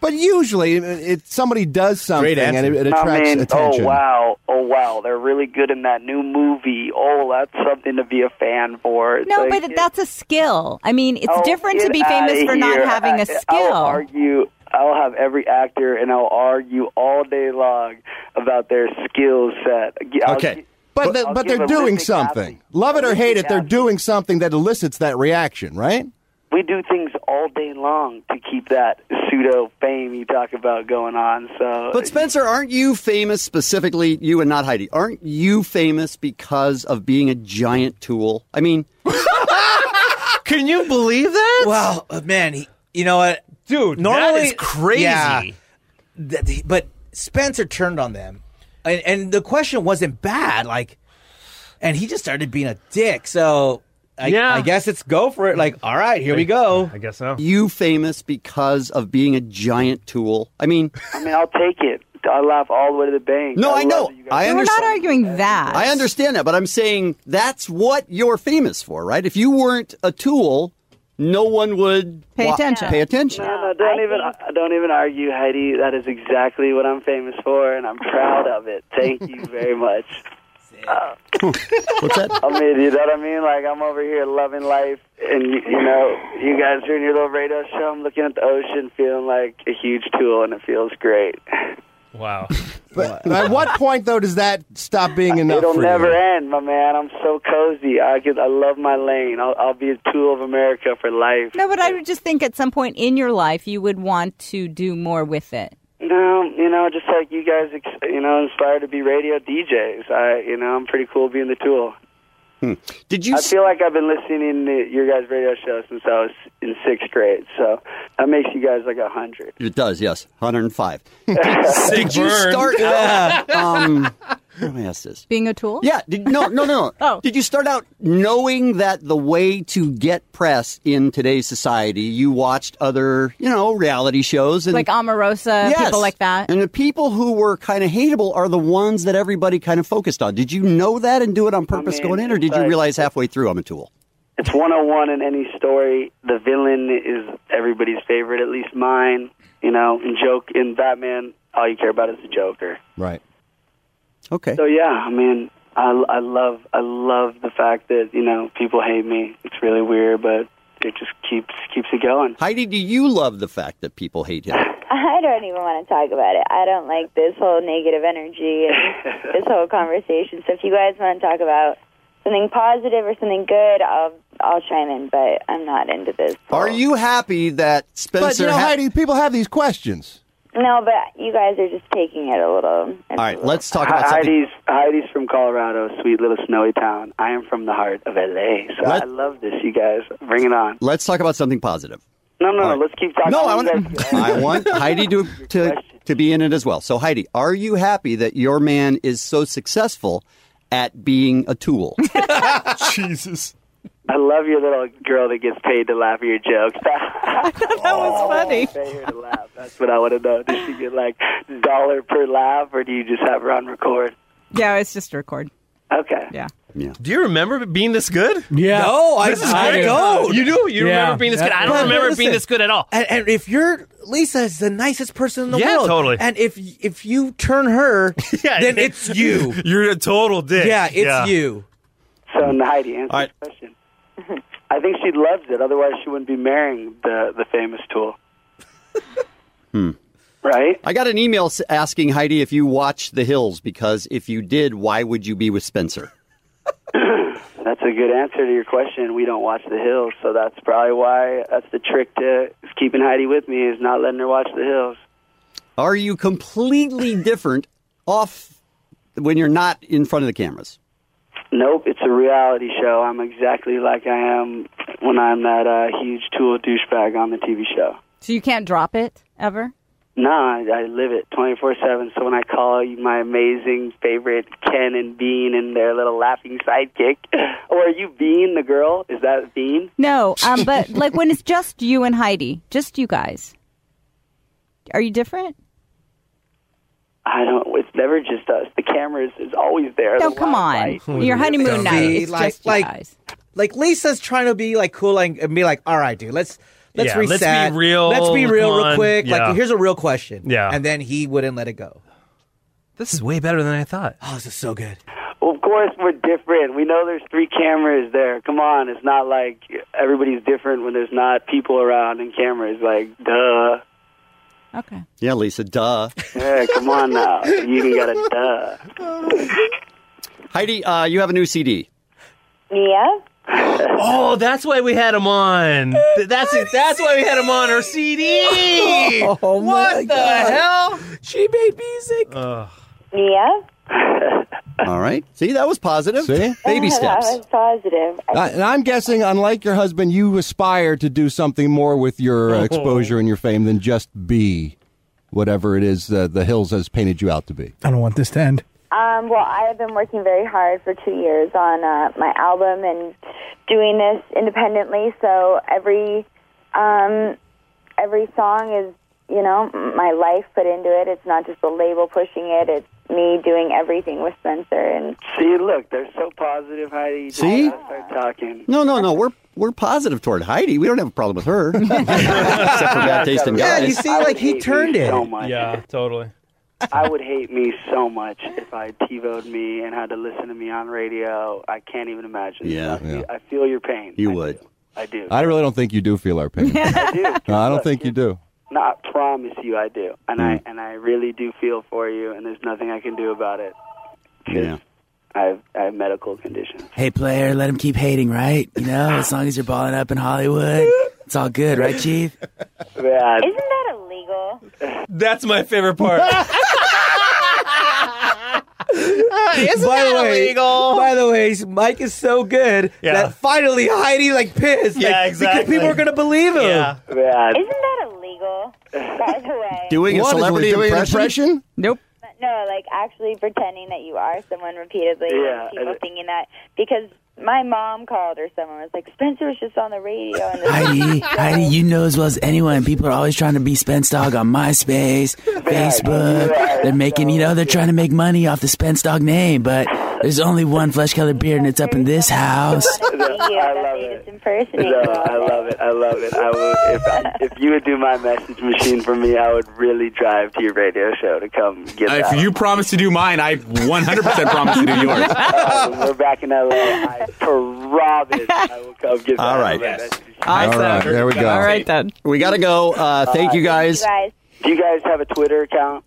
U: But usually, it, it, somebody does something and it, it attracts
S: I mean,
U: attention.
S: oh wow, oh wow, they're really good in that new movie. Oh, that's something to be a fan for. It's
K: No,
S: like,
K: but
S: get-
K: that's a skill. I mean, it's
S: oh,
K: different to
S: get
K: be famous
S: outta
K: for not
S: here. Uh, oh,
K: having
S: I-
K: a
S: [laughs] I'll
K: skill.
S: argue. I'll have every actor, and I'll argue all day long about their skill set. I'll
U: Okay.
S: gi-
U: But, the,
S: I'll
U: but
S: give
U: they're
S: a
U: doing
S: lipstick app-
U: something. Love it or hate it, they're doing something that elicits that reaction, right?
S: We do things all day long to keep that pseudo fame you talk about going on. So
R: But Spencer, aren't you famous specifically? You and not Heidi. Aren't you famous because of being a giant tool? I mean,
A: [laughs] can you believe that?
B: Wow, uh, man, he, you know what,
A: dude?
B: Normally,
A: is crazy.
B: Yeah, That he- but Spencer turned on them, and, and the question wasn't bad. Like, and he just started being a dick. So, I,
R: Yeah.
B: I guess it's go for it. Like, all right, here we go.
A: I guess so.
R: You famous because of being a giant tool? I mean,
S: I mean, I'll take it. I laugh all the way to the bank.
R: no, I,
S: love
R: know.
S: that you guys-
R: I
K: We're not
R: understand.
K: arguing that.
R: I understand that, but I'm saying that's what you're famous for, right? If you weren't a tool, no one would
S: Pay
R: wa-
S: attention.
R: Pay attention.
S: No, no, don't even don't even argue, Heidi. That is exactly what I'm famous for, and I'm proud of it. Thank you very much. Uh,
R: [laughs] What's that?
S: I mean, you know what I mean? Like I'm over here loving life, and you, you know, you guys doing your little radio show. I'm looking at the ocean, feeling like a huge tool, and it feels great.
A: Wow.
U: But at
R: [laughs]
U: what point though does that stop being enough?
S: It'll
U: for
S: never
U: you?
S: end, my man. I'm so cozy. I could, I love my lane. I'll, I'll be a tool of America for life.
K: No, but I would just think at some point in your life you would want to do more with it.
S: No, you know, just like you guys, ex- you know, inspired to be radio DJs. I, you know, I'm pretty cool being the tool.
R: Hmm. Did you?
S: I feel like I've been listening to your guys' radio show since I was in sixth grade. So that makes you guys like
R: [laughs]
S: a hundred.
R: It does, yes. 105.
S: Did
R: Did you start out? Um, let me ask this.
K: Being a tool?
R: Yeah. Did, no, no, no. oh. Did you start out knowing that the way to get press in today's society, you watched other, you know, reality shows and
K: like Omarosa,
R: Yes.
K: people like that.
R: And the people who were kind of hateable are the ones that everybody kind of focused on. Did you know that and do it on purpose going in, or did you realize halfway through I'm a tool?
S: [laughs] It's 101 in any story. The villain is everybody's favorite, at least mine. You know, in joke in Batman, all you care about is the Joker.
R: Right. Okay.
S: So yeah, I mean, I, I love I love the fact that you know people hate me. It's really weird, but it just keeps keeps it going.
R: Heidi, do you love the fact that people hate him?
V: I don't even want to talk about it. I don't like this whole negative energy and this whole conversation. So if you guys want to talk about something positive or something good, I'll I'll chime in. But I'm not into this.
R: Are you happy that Spencer?
U: But you know,
R: ha-
U: Heidi, people have these questions.
V: No, but you guys are just taking it a little.
R: All right, let's talk
S: Hi-
R: about something.
S: Heidi's Heidi's from Colorado, sweet little snowy town. I am from the heart of LA, so
R: Let-
S: I love this. You guys, bring it on.
R: Let's talk about something positive.
S: No, no, no. Let's keep talking.
R: No, I
S: You
R: want [laughs]
S: guys-
R: I want Heidi to, to to be in it as well. So Heidi, are you happy that your man is so successful at being a tool?
S: Jesus. I love your little girl that gets paid to laugh at
R: [laughs]
S: your jokes. [laughs] I thought that was funny. Pay her to laugh. That's what I want to know. Does she get like dollar per laugh, or do you just have her on record?
K: Yeah, it's just a record.
S: Okay.
K: Yeah.
A: Do you remember being this good?
C: Yeah.
B: No, I-
A: This is
B: I
A: great.
B: don't.
A: You do. You
B: Yeah.
A: remember being this good? I don't
B: But
A: remember being
B: listen,
A: this good at all.
B: And, and if you're Lisa is the nicest person in the
A: Yeah,
B: world.
A: totally.
B: And if if you turn
A: [laughs]
B: her, then it's you.
A: You're a total [laughs] dick.
B: Yeah, it's you.
S: So, Heidi, answer the question. [laughs] I think she loves it. Otherwise, she wouldn't be marrying the the famous tool.
R: Hmm.
S: Right?
R: I got an email s- asking Heidi if you watch The Hills because if you did, why would you be with Spencer?
S: That's a good answer to your question. We don't watch The Hills, so that's probably why that's the trick to keeping Heidi with me is not letting her watch The Hills.
R: Are you completely different off when you're not in front of the cameras?
S: Nope, it's a reality show. I'm exactly like I am when I'm that uh, huge tool douchebag on the TV show.
K: So you can't drop it ever?
S: Nah, I, I live it 24 7. So when I call you my amazing favorite Ken and Bean and their little laughing sidekick, [laughs] or are you Bean, the girl? Is that Bean?
K: No, um, but like when it's just you and Heidi, just you guys. Are you different?
S: I don't. It's never just us. The cameras is always there.
K: No,
S: The
K: come on.
S: light.
K: Your
B: Dummy.
K: honeymoon night. It's
B: like,
K: just you
B: like,
K: guys.
B: Like Lisa's trying to be like cool and, and be like, all right, dude, let's let's
A: Yeah, let's
B: reset.
A: be real.
B: Let's be real,
A: Come
B: real
A: on.
B: quick.
A: Yeah.
B: Like, here's a real question.
A: Yeah.
B: and then he wouldn't let it go.
A: This
B: [laughs]
A: is way better than I thought.
B: Oh, this is so good.
S: Well, of course, we're different. We know there's three cameras there. Come on, it's not like everybody's different when there's not people around and cameras. Like, duh.
K: Okay.
R: Yeah, Lisa, duh.
S: Yeah, come on now. You even got a duh.
R: Heidi, uh, you have a new CD.
V: Yeah.
A: Oh, that's why we had him on. Th- That's it. That's why we had him on her CD.
B: Oh,
A: what
B: my
A: the
B: God.
A: hell?
B: She made music.
V: Yeah.
R: All right. See, that was positive.
U: See?
S: [laughs]
R: Baby steps.
V: [laughs] That was positive.
U: Uh, and I'm guessing, unlike your husband, you aspire to do something more with your
R: Oh.
U: uh, exposure and your fame than just be whatever it is uh, the Hills has painted you out to be.
C: I don't want this to end.
V: Um, well, I have been working very hard for two years on uh, my album and doing this independently. So every um, every song is, you know, m- my life put into it. It's not just the label pushing it. It's me doing everything with Spencer and
S: See, look, they're so positive, Heidi. You just
R: See?
S: gotta Start talking.
R: No, no, no. We're we're positive toward Heidi. We don't have a problem with her. [laughs] Except for bad taste in guys.
S: So much.
A: Yeah, totally.
S: I would hate me so much if I TiVoed me and had to listen to me on radio. I can't even imagine.
U: Yeah.
S: I feel,
U: Yeah.
S: I feel
R: [laughs]
S: your pain.
U: You would.
S: I do.
U: I really don't think you do feel
S: [laughs]
U: our pain.
S: I do.
U: No, I don't think you do.
S: No, I promise you, I do, and
R: Mm.
S: I and I really do feel for you. And there's nothing I can do about it.
R: Yeah.
S: I've I have medical conditions.
T: Hey, player, let him keep hating, right? You know, as long as you're balling up in Hollywood, it's all good, right, Chief?
V: Isn't that illegal?
A: That's my favorite
V: [laughs]
A: part.
B: Isn't by the way, By the way, Mike is so good Yeah. that finally Heidi like pissed. like, Yeah, exactly. Because people are gonna believe him.
A: Yeah.
S: Uh,
V: Isn't that illegal? By
S: [laughs]
V: the way,
B: Doing a What is celebrity it, doing an [laughs] impression? impression?
T: Nope.
V: No, like actually pretending that you are someone repeatedly.
S: Yeah,
V: and people
S: and it-
V: thinking that because my mom called or someone was like, Spencer was just on the radio
S: [laughs]
V: and this
T: Heidi, Heidi, you know as well as anyone, people are always trying to be Spence Dog on MySpace, Facebook. They're making, you know, they're trying to make money off the Spence Dog name, but there's only one flesh colored beard and it's up in this house.
S: I love it. No, I love it. I love it. I would, if, I, if you would do my message machine for me, I would really drive to your radio show to come get that.
L: If you promise to do mine, I 100% promise to do
R: [laughs]
L: yours.
S: [laughs] Uh, when we're back in LA. I promise I will come get that.
R: All right.
S: Awesome.
R: All right
T: then.
R: We gotta go. Uh, thank you guys.
S: Do you guys have a Twitter account?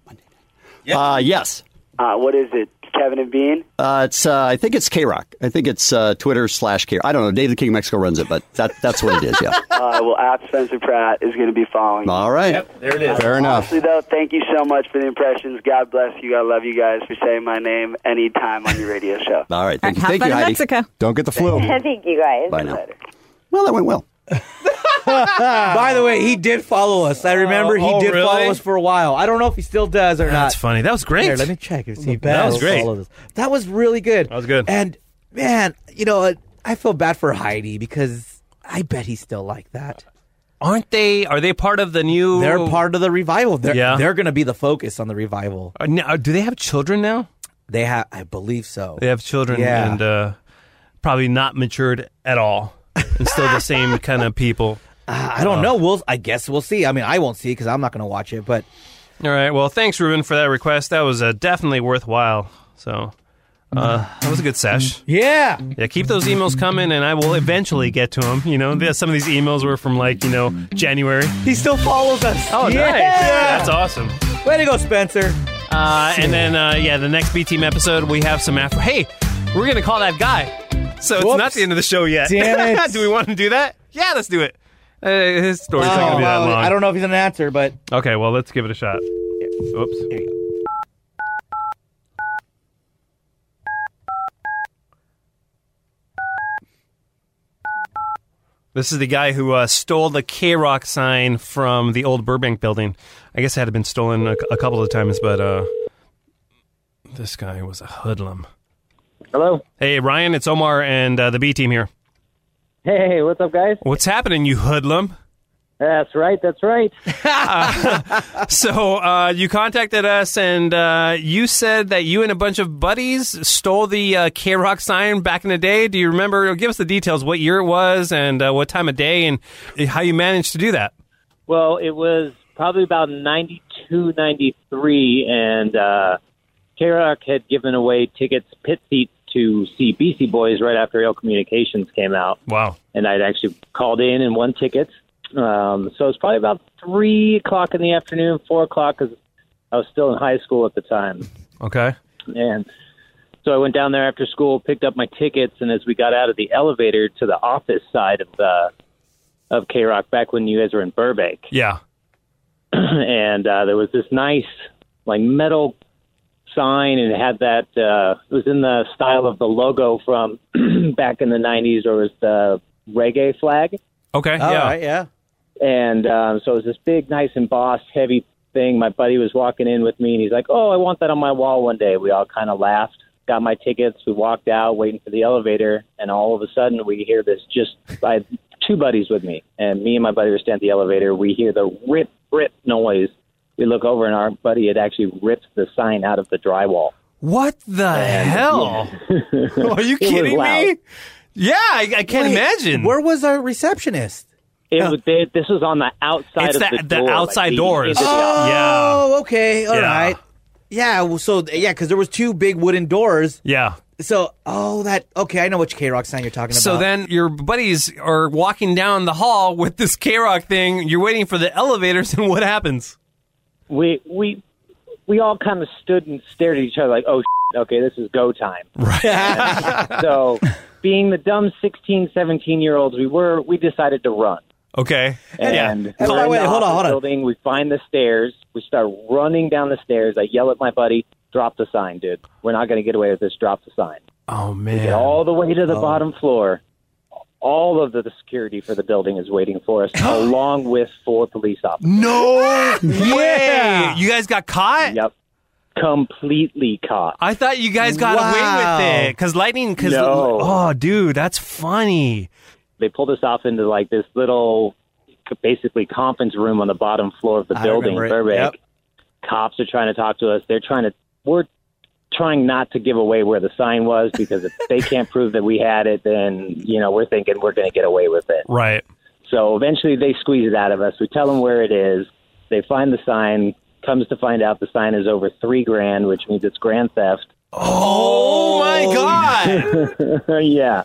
R: Uh, yes.
S: Uh, what is it? Kevin and Bean?
R: Uh, it's uh, I think it's K Rock. I think it's uh, Twitter slash K. I don't know. David King of Mexico runs it, but that that's what it
G: [laughs]
R: is. Yeah.
S: Uh, well, at Spencer Pratt is going to be following.
R: All right.
S: there it
R: is. Fair enough.
S: Honestly, though, thank you so much for the impressions. God bless you. I love you guys for saying my name anytime on your radio
R: [laughs]
S: show.
R: All right. Thank you.
S: Have
R: Thank
S: fun
R: you,
S: in
R: Heidi.
S: Mexico.
R: Don't get the flu.
V: [laughs] Thank you guys.
R: Bye now. Well, that went well.
B: By the way, he did follow us. I remember he
A: oh,
B: did
A: really?
B: follow us for a while. I don't know if he still does or not.
A: That's funny. That was great.
B: Here, let me check and see. if
A: That was
B: I'll
A: great.
B: follow this. That was really good. That was good. And man, you know, uh, I feel bad for Heidi because I bet he's still like that.
A: Aren't they? Are they part of the new?
B: They're part of the revival. They're,
A: Yeah.
B: they're going to be the focus on the revival.
A: Uh, now, do they have children now?
B: They have, I believe so.
A: They have children
B: Yeah.
A: and uh, probably not matured at all, and still the same kind
B: [laughs]
A: of people.
B: Uh, I
A: Oh.
B: don't know. We'll. I guess we'll see. I mean, I won't see because I'm not going to watch it. But
A: All right. Well, thanks, Ruben, for that request. That was uh, definitely worthwhile. So uh, that was a good sesh.
B: Yeah.
A: Yeah. Keep those emails coming, and I will eventually get to them. You know, the- some of these emails were from like you know January.
B: he still follows us.
A: Oh,
B: yeah.
A: nice. That's awesome.
B: Way to go, Spencer.
A: Uh, and then uh, yeah, the next B Team episode we have some after. Hey, we're gonna call that guy. So it's not
B: Whoops.
A: the end of the show yet.
B: Damn it.
A: [laughs] do we want to do that? Yeah, let's do it. Uh, his story's not gonna be that
B: Oh,
A: long.
B: I don't know if he's an answer, but
A: Okay, well let's give it a shot. Oops. This is the guy who uh, stole the K Rock sign from the old Burbank building. I guess it had been stolen a, a couple of times, but uh, this guy was a hoodlum.
F: Hello.
A: Hey, Ryan, it's Omar and uh, the B team here.
F: Hey, what's up, guys?
A: What's happening, you hoodlum?
F: That's right. That's
A: [laughs]
F: right.
A: So uh, you contacted us, and uh, you said that you and a bunch of buddies stole the uh, K Rock sign back in the day. Do you remember? Give us the details. What year it was, and uh, what time of day, and how you managed to do that.
F: Well, it was probably about 92, 93, and uh, K Rock had given away tickets, pit seats to see Beastie Boys right after Ail Communications came out.
A: Wow.
F: And I'd actually called in and won tickets. Um, so it was probably about 3 o'clock in the afternoon, 4 o'clock, because I was still in high school at the time.
A: Okay.
F: And so I went down there after school, picked up my tickets, and as we got out of the elevator to the office side of uh, of K Rock, back when you guys were in Burbank, [clears throat]
A: Yeah.
F: and uh, there was this nice like metal sign, and it had that. Uh, it was in the style of the logo from [clears throat] back in the '90s, or was the reggae flag.
A: Okay.
F: All
A: yeah.
F: right,
B: yeah.
F: And um, so it was this big, nice embossed, heavy thing. My buddy was walking in with me, and he's like, "Oh, I want that on my wall one day." We all kind of laughed, got my tickets, we walked out, waiting for the elevator, and all of a sudden we hear this. Just I had two buddies with me, and me and my buddy were standing at the elevator. We hear the rip, rip noise we look over and our buddy had actually ripped the sign out of the drywall.
A: What the hell? Oh. [laughs] Are you
F: It was
A: kidding me?
F: loud.
A: Yeah, I, I can't
F: Wait,
A: imagine.
B: Where was our receptionist? Oh.
F: It was, they, this was on the outside
A: It's
F: of the,
A: the- the
F: door, like
A: outside
F: the-
A: doors.
F: into the-
B: Oh, okay, all
A: Yeah.
B: right. yeah. well so yeah, because there was two big wooden doors.
A: Yeah.
B: So oh, that okay. I know which K Rock sign you're talking about.
A: So then your buddies are walking down the hall with this K Rock thing. You're waiting for the elevators, [laughs] and what happens?
F: We we we all kind of stood and stared at each other like, oh, shit, okay, this is go time. Right. [laughs] so, being the dumb 16, 17 year olds we were, we decided to run.
A: Okay.
F: And
A: yeah.
F: we're in the office Building, we find the stairs. We start running down the stairs. I yell at my buddy, "Drop the sign, dude. We're not going to get away with this. Drop the sign."
A: Oh
F: We get all the way to the bottom floor. All of the security for the building is waiting
A: [gasps]
F: for us, along with four police officers.
A: [laughs] No way! You guys got caught?
F: Yep. Completely caught.
A: I thought you guys got away with it because lightning. Because
F: No.
A: oh, dude, that's funny.
F: They pulled us off into like this little, basically conference room on the bottom floor of the
A: I
F: building,
A: remember it.
F: Burbank. Cops are trying to talk to us. They're trying to. We're trying not to give away where the sign was because if they can't prove that we had it, then you know we're thinking we're going to get away with it.
A: Right.
F: So eventually they squeeze it out of us. We tell them where it is. They find the sign. Comes to find out the sign is over three grand, which means it's grand theft.
A: Oh my
F: god! [laughs] yeah.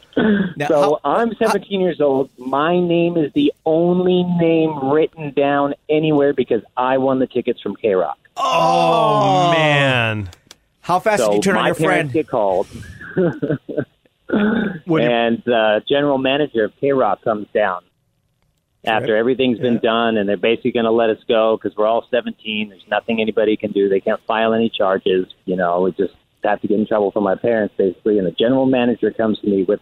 F: so I'm 17 years old. My name is the only name written down anywhere because I won the tickets from K Rock.
A: Oh, man!
B: How fast
F: so
B: did you turn
F: my
B: on your friend?
F: parents Get called. and the general manager of K Rock comes down after everything's been done, and they're basically going to let us go because we're all 17. There's nothing anybody can do. They can't file any charges. You know, we just have to get in trouble for my parents, basically. And the general manager comes to me with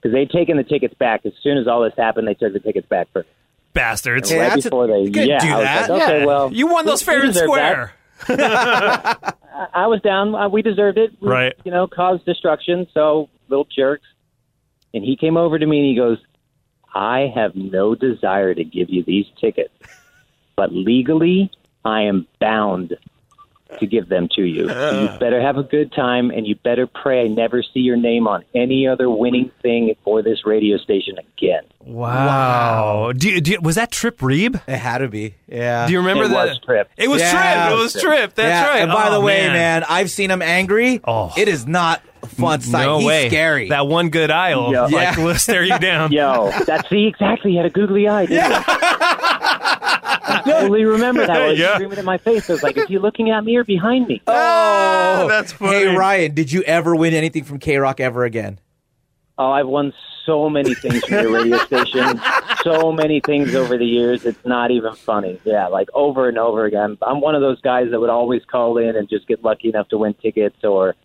F: because they'd taken the tickets back as soon as all this happened. They took the tickets back for
A: Bastards!
F: And right before they, yeah, I was like, okay, well,
A: you won those
F: we-
A: fair
F: we
A: and
F: deserve that.
R: [laughs]
A: square.
F: I- I was down. I- Uh, We deserved it. We,
A: Right.
F: You know, caused destruction. So little jerks. And he came over to me and he goes, "I have no desire to give you these tickets, but legally, I am bound to give them to you. So you better have a good time, and you better pray I never see your name on any other winning thing for this radio station again."
A: Wow. Do you, do you- was that Trip Reeb?
B: It had to be. Yeah.
A: Do you remember
B: It
A: that?
B: was Trip.
A: It was
B: Yeah.
A: Trip. It was Trip. That's
B: Yeah,
A: right.
B: And by
A: Oh,
B: the way,
A: man.
B: man. I've seen him angry. Oh, it is not a fun sight.
A: No
B: He's
A: way.
B: scary.
A: That one good eye will
B: Yeah.
A: like
B: Yeah.
A: will stare you down. [laughs]
F: Yo, that's the exactly. He had a googly eye, didn't he? I totally remember that. I was
B: Yeah.
F: screaming in my face. I was like, is he looking at me or behind me?
B: Oh, that's funny. Hey Ryan, did you ever win anything from K Rock ever again?
F: Oh, I've won so many things from your radio station, so many things over the years. It's not even funny. Yeah, like over and over again. I'm one of those guys that would always call in and just get lucky enough to win tickets or,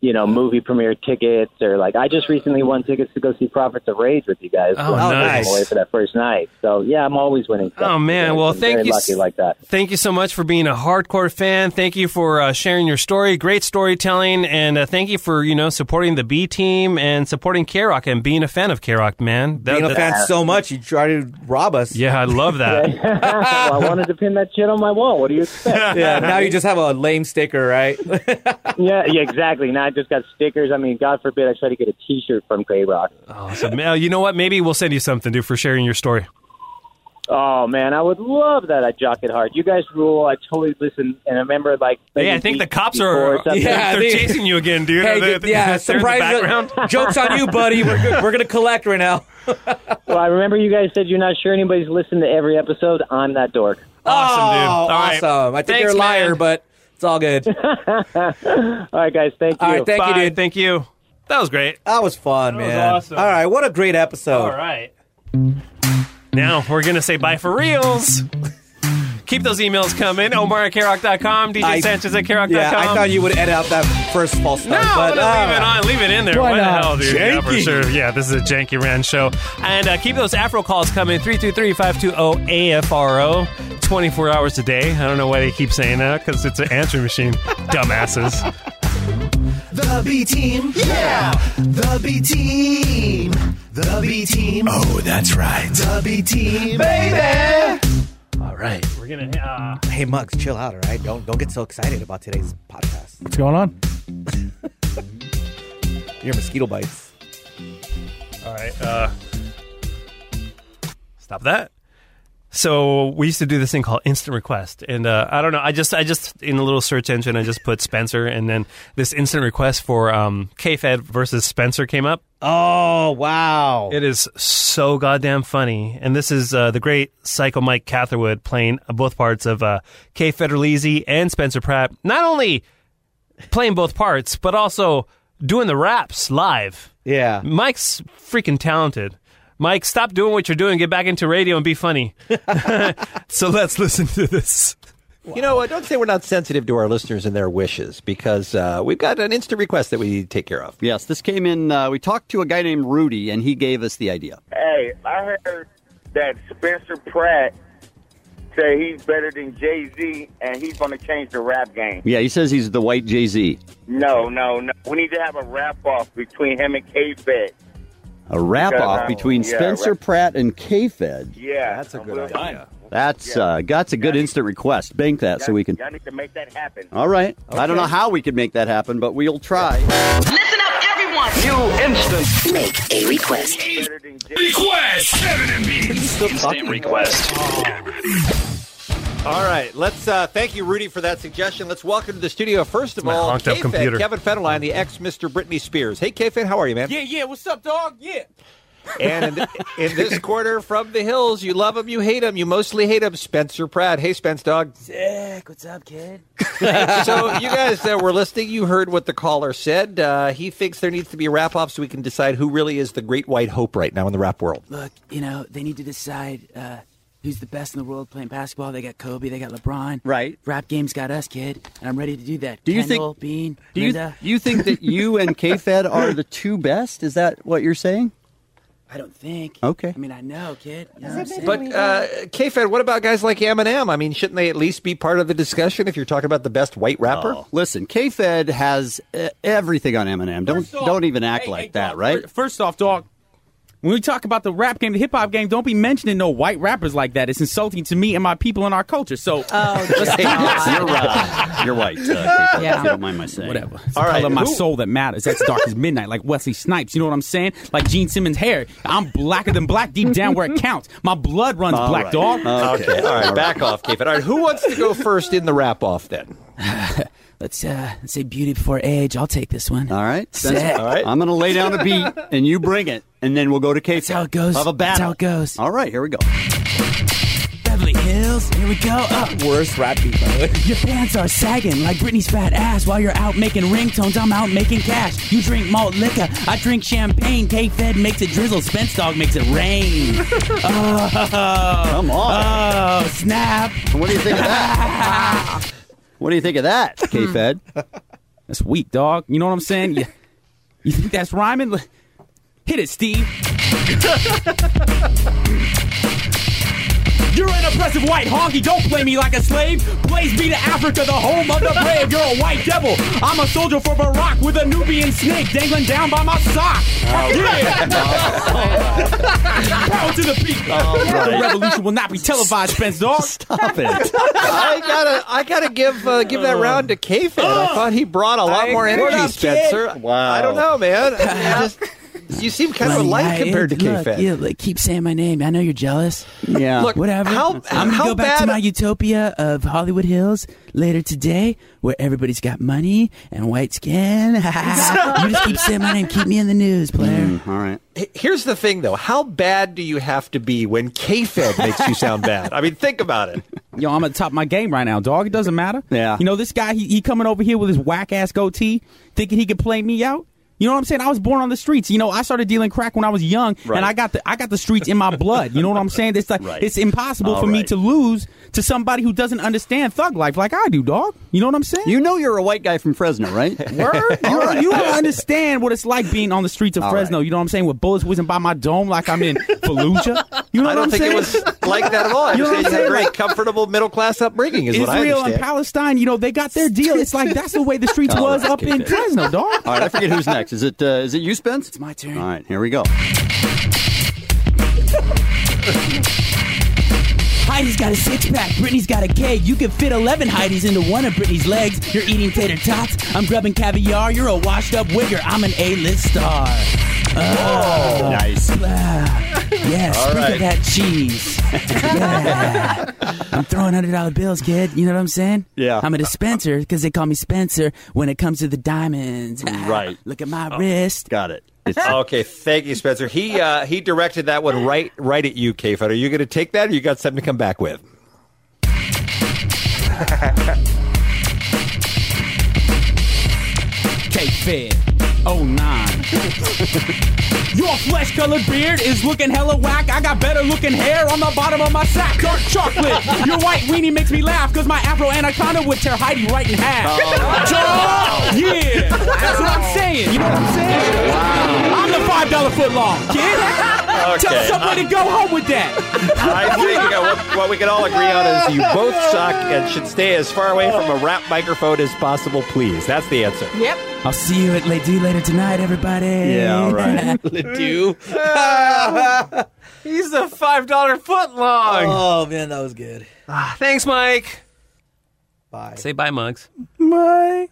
F: you know, movie premiere tickets or like I just recently won tickets to go see Prophets of Rage with you guys.
A: Oh,
F: when I
A: nice.
F: came away for that first night. So yeah, I'm always winning. Stuff.
A: Oh man! Well,
F: I'm
A: thank
F: very
A: you.
F: Lucky like that.
A: Thank you so much for being a hardcore fan. Thank you for uh, sharing your story. Great storytelling, and uh, thank you for you know supporting the B team and supporting K Rock and being a fan of K Rock, man. That-
B: Being a
A: that-
B: fan so much, you try to rob us.
A: Yeah, I love that.
F: [laughs] well, I wanted to pin that shit on my wall. What do you
B: [laughs]
F: expect?
B: yeah, now you just have a lame sticker, right? [laughs]
F: yeah, yeah, exactly. Now I just got stickers. I mean, God forbid I try to get a T-shirt from K Rock.
B: Oh.
A: So, Mel, you know what? Maybe we'll send you something, dude, for sharing your story.
F: Oh man, I would love that. I jock it hard. You guys rule. I totally listen, and I remember like.
A: Hey, I think the cops are
F: [laughs]
A: yeah, they're chasing you again, dude.
F: Hey,
A: They're- [laughs]
F: yeah,
A: they're in the
F: surprise-
A: background.
B: [laughs] Joke's on you, buddy. We're, go- we're going to collect right
A: [laughs]
B: now.
F: Well, I remember you guys said you're not sure anybody's listened to every episode. I'm that dork.
B: Awesome,
A: dude. All right.
B: Oh, awesome. I think
A: Thanks,
B: you're a liar,
A: man.
B: but it's all good.
F: [laughs] All right, guys. Thank
B: All right, thank you,
A: Bye.
B: dude.
A: Thank you. That was great.
B: That was fun,
A: That was
B: man.
A: awesome.
B: All right, what a great episode.
A: All right. Now we're gonna say bye for reals. Keep those emails coming. Omar at KRock.com, DJ
B: I-
A: Sanchez at KRock.com.
B: Yeah, I thought you would edit out that first false
A: No,
B: start. but,
A: I'm gonna leave it
B: uh,
A: on. Leave it in there.
B: Why
A: the
B: not?
A: hell, dude? Yeah, for
B: Janky.
A: sure. Yeah, this is a Janky Ran show. And uh, keep those Afro calls coming 323 520 AFRO 24 hours a day. I don't know why they keep saying that because it's an answering machine. [laughs] Dumbasses.
E: The B team. Yeah. The B team. The B team. Oh, that's right. The B team. Baby.
A: All
B: right.
A: We're gonna. Uh,
B: Hey, Muggs, chill out, all right? Don't don't get so excited about today's podcast.
C: What's going on?
B: Your mosquito bites.
A: All right. Uh, stop that. So we used to do this thing called instant request, and uh, I don't know. I just, I just in a little search engine, I just put Spencer, and then this instant request for um, K-Fed versus Spencer came up.
B: Oh wow!
A: It is so goddamn funny, and this is uh, the great Psycho Mike Catherwood playing both parts of uh, K-Fed Releasy and Spencer Pratt. Not only playing both parts, but also doing the raps live.
B: Yeah.
A: Mike's freaking talented. Mike, stop doing what you're doing. Get back into radio and be funny. so let's listen to this.
G: You know, uh, don't say we're not sensitive to our listeners and their wishes because uh, we've got an instant request that we need to take care of.
R: Yes, this came in. Uh, we talked to a guy named Rudy, and he gave us the idea.
H: Hey, I heard that Spencer Pratt said he's better than Jay Z, and he's going to change the rap game.
R: Yeah, he says he's the white Jay Z.
H: No, no, no. We need to have a rap off between him and K Fed.
R: A wrap
H: Because,
R: off
H: uh,
R: between
H: yeah,
R: Spencer
H: right.
R: Pratt and K Fed.
H: Yeah, that's a good idea.
R: That's uh, that's a good instant request. Bank that so we can.
H: Y'all need to make that happen.
R: All right. I don't know
H: Okay.
R: how we could make that happen, but we'll try.
H: Listen up, everyone. You instant make a request. Request seven and beans.
R: Instant request. All right. Let's uh, thank you, Rudy, for that suggestion. Let's welcome to the studio first of
A: My
R: all
A: honked up
R: K-Fed,
A: computer.
G: Kevin Federline, the ex Mr. Britney Spears. Hey, K Fed, how are you, man?
D: Yeah, yeah. What's up, dog? Yeah.
G: And in, th- in this quarter, from the hills, you love him, you hate him, you mostly hate him. Spencer Pratt. Hey, Spence [laughs] Dog.
T: Sick. What's up, [laughs] kid?
G: so you guys uh, were listening. You heard what the caller said. Uh, he thinks there needs to be a wrap off so we can decide who really is the great white hope right now in the rap world.
T: Look, you know, they need to decide uh, who's the best in the world playing basketball. They got Kobe, they got LeBron. Right. Rap game's got us, kid. And I'm ready to do that.
R: Do you think-
T: Kendall, Bean,
R: Do you,
T: Linda.
R: you think that you and K Fed are the two best? Is that what you're saying?
T: I don't think.
R: Okay.
T: I mean, I know, kid. You know what I'm saying?
G: But uh, K Fed, what about guys like Eminem? I mean, shouldn't they at least be part of the discussion if you're talking about the best white rapper?
R: Oh, listen, K Fed has uh, everything on Eminem. Don't
G: First off-
R: don't even act like that, right?
I: First off, dog, when we talk about the rap game, the hip hop game, don't be mentioning no white rappers like that. It's insulting to me and my people and our culture. So, [laughs]
R: Oh, [laughs]
I: let's do this.
R: you're right. You're white. Uh, K-Fed,
I: Yeah.
R: if you don't mind my saying.
I: Whatever. It's the color of my soul that matters. That's dark as midnight, like Wesley Snipes. You know what I'm saying? Like Gene Simmons' hair. I'm blacker than black deep down where
G: [laughs]
I: it counts. My blood runs
G: All
I: black,
G: right.
I: dog.
G: Okay. All right. Back off, K Fed. All right. Who wants to go first in the wrap off then?
I: Let's uh, let's say beauty before age. I'll take this one.
R: All right.
I: Sick.
R: All right. I'm going to lay down a beat and you bring it, and then we'll go to K That's how it
I: goes.
R: Have a
I: That's how
R: battle.
I: it goes.
R: All right. Here we go.
I: Beverly Hills. Here we go. Up.
B: Worst rap beat, by the way.
I: Your pants are sagging like Britney's fat ass while you're out making ringtones. I'm out making cash. You drink malt liquor. I drink champagne. K Fed makes it drizzle. Spence Dog makes it rain. oh,
R: [laughs] Come on.
I: Oh, snap.
R: What do you think of that? what do you think of that, K Fed?
I: That's weak, dog. You know what I'm saying? You, you think that's rhyming? L- Hit it, Steve. You're an oppressive white honky. Don't play me like a slave. Blaze be to Africa, the home of the brave. You're a white devil. I'm a soldier for Barack with a Nubian snake dangling down by my sock. [laughs] yeah. Power to the people. The revolution will not be televised, Spence Dog. Stop [laughs]
R: it.
G: I gotta, I gotta give uh, give that round to K Fed.
I: Oh.
G: I thought he brought a lot
R: I
G: more
R: agree.
G: energy,
R: What up,
G: Spencer.
R: kid? Wow.
G: I don't know, man. I just- you seem kind of
I: Well,
G: light
I: yeah,
G: compared to
I: it-
G: K
I: look,
G: Fed.
I: You like, keep saying my name. I know you're jealous.
R: Yeah.
G: Look,
I: whatever.
G: how-
I: I'm gonna
G: how
I: go back to
G: bad-
I: my utopia of Hollywood Hills later today, where everybody's got money and white skin. [laughs] you just keep saying my name. Keep me in the news, player.
G: Mm.
R: Mm, all right.
G: Here's the thing, though. How bad do you have to be when K Fed makes you sound bad? I mean, think about it.
I: Yo, I'm at the top of my game right now, dog. It doesn't matter.
G: Yeah.
I: You know, this guy, he, he coming over here with his whack ass goatee, thinking he could play me out. You know what I'm saying? I was born on the streets. You know, I started dealing crack when I was young,
R: Right.
I: and I got the I got the streets in my blood. You know what I'm saying? It's like
R: Right.
I: it's impossible
R: All
I: for me
R: right.
I: to lose to somebody who doesn't understand thug life like I do, dog. You know what I'm saying?
R: You know you're a white guy from Fresno, right?
I: [laughs] Word? You, you don't understand what it's like being on the streets of
R: All right.
I: Fresno. You know what I'm saying? With bullets whizzing by my dome like I'm in Fallujah. You know
G: I
I: what I'm
G: don't think
I: saying?
G: it was like that at all. I
I: You know what I'm
G: understand you had a
I: saying?
G: great, comfortable middle class upbringing, is what I
I: Israel and
G: understand. Oh,
I: Palestine, you know, they got their deal. It's like that's the way the
G: [laughs]
I: streets
R: All
I: was
R: right,
I: up in
R: K-Fed.
I: Fresno, dog.
R: All right, I forget who's next. Is it uh, is it you, Spence? It's
I: my turn.
R: All right, here we go.
I: Hi, Heidi's got a six pack, Britney's got a keg. You can fit 11 Heidi's into one of Britney's legs. You're eating tater tots, I'm grubbing caviar. You're a washed up wigger, I'm an A list star. Oh, nice. Yes,
T: All
I: look
T: right.
I: at that cheese. Yeah. I'm throwing hundred dollar bills, kid. You know what I'm saying?
T: Yeah.
I: I'm a dispenser because they call me Spencer when it comes to the diamonds. Ah,
T: Right. Oh.
I: Look at my wrist.
G: Got it. [laughs]
R: okay,
G: thank you, Spencer. He uh, he directed that one right right at you, K Fed. Are you going to take that, or you got something to come back with?
I: [laughs] K Fed 09. [laughs] Your flesh colored beard is looking hella whack. I got better looking hair on the bottom of my sack. Dark chocolate. Your white weenie makes me laugh because my afro anaconda would tear Heidi right in half. [laughs]
T: Oh.
I: Duh. Yeah. That's what I'm saying. You know what I'm saying? I'm the $5 foot long, kid. Tell
G: Okay.
I: someone to go home with that.
G: I think uh, what, what we can all agree on is you both suck and should stay as far away from a rap microphone as possible, please. That's the answer.
I: Yep. I'll see you at Ledoux later tonight, everybody.
G: Yeah, all
I: [laughs]
G: right.
I: Ledoux.
A: [laughs] He's the five dollar foot
B: [laughs]
A: long. Ah,
B: Oh man, that was good.
A: thanks, Mike. Bye. Say bye, Mugs.
B: Bye.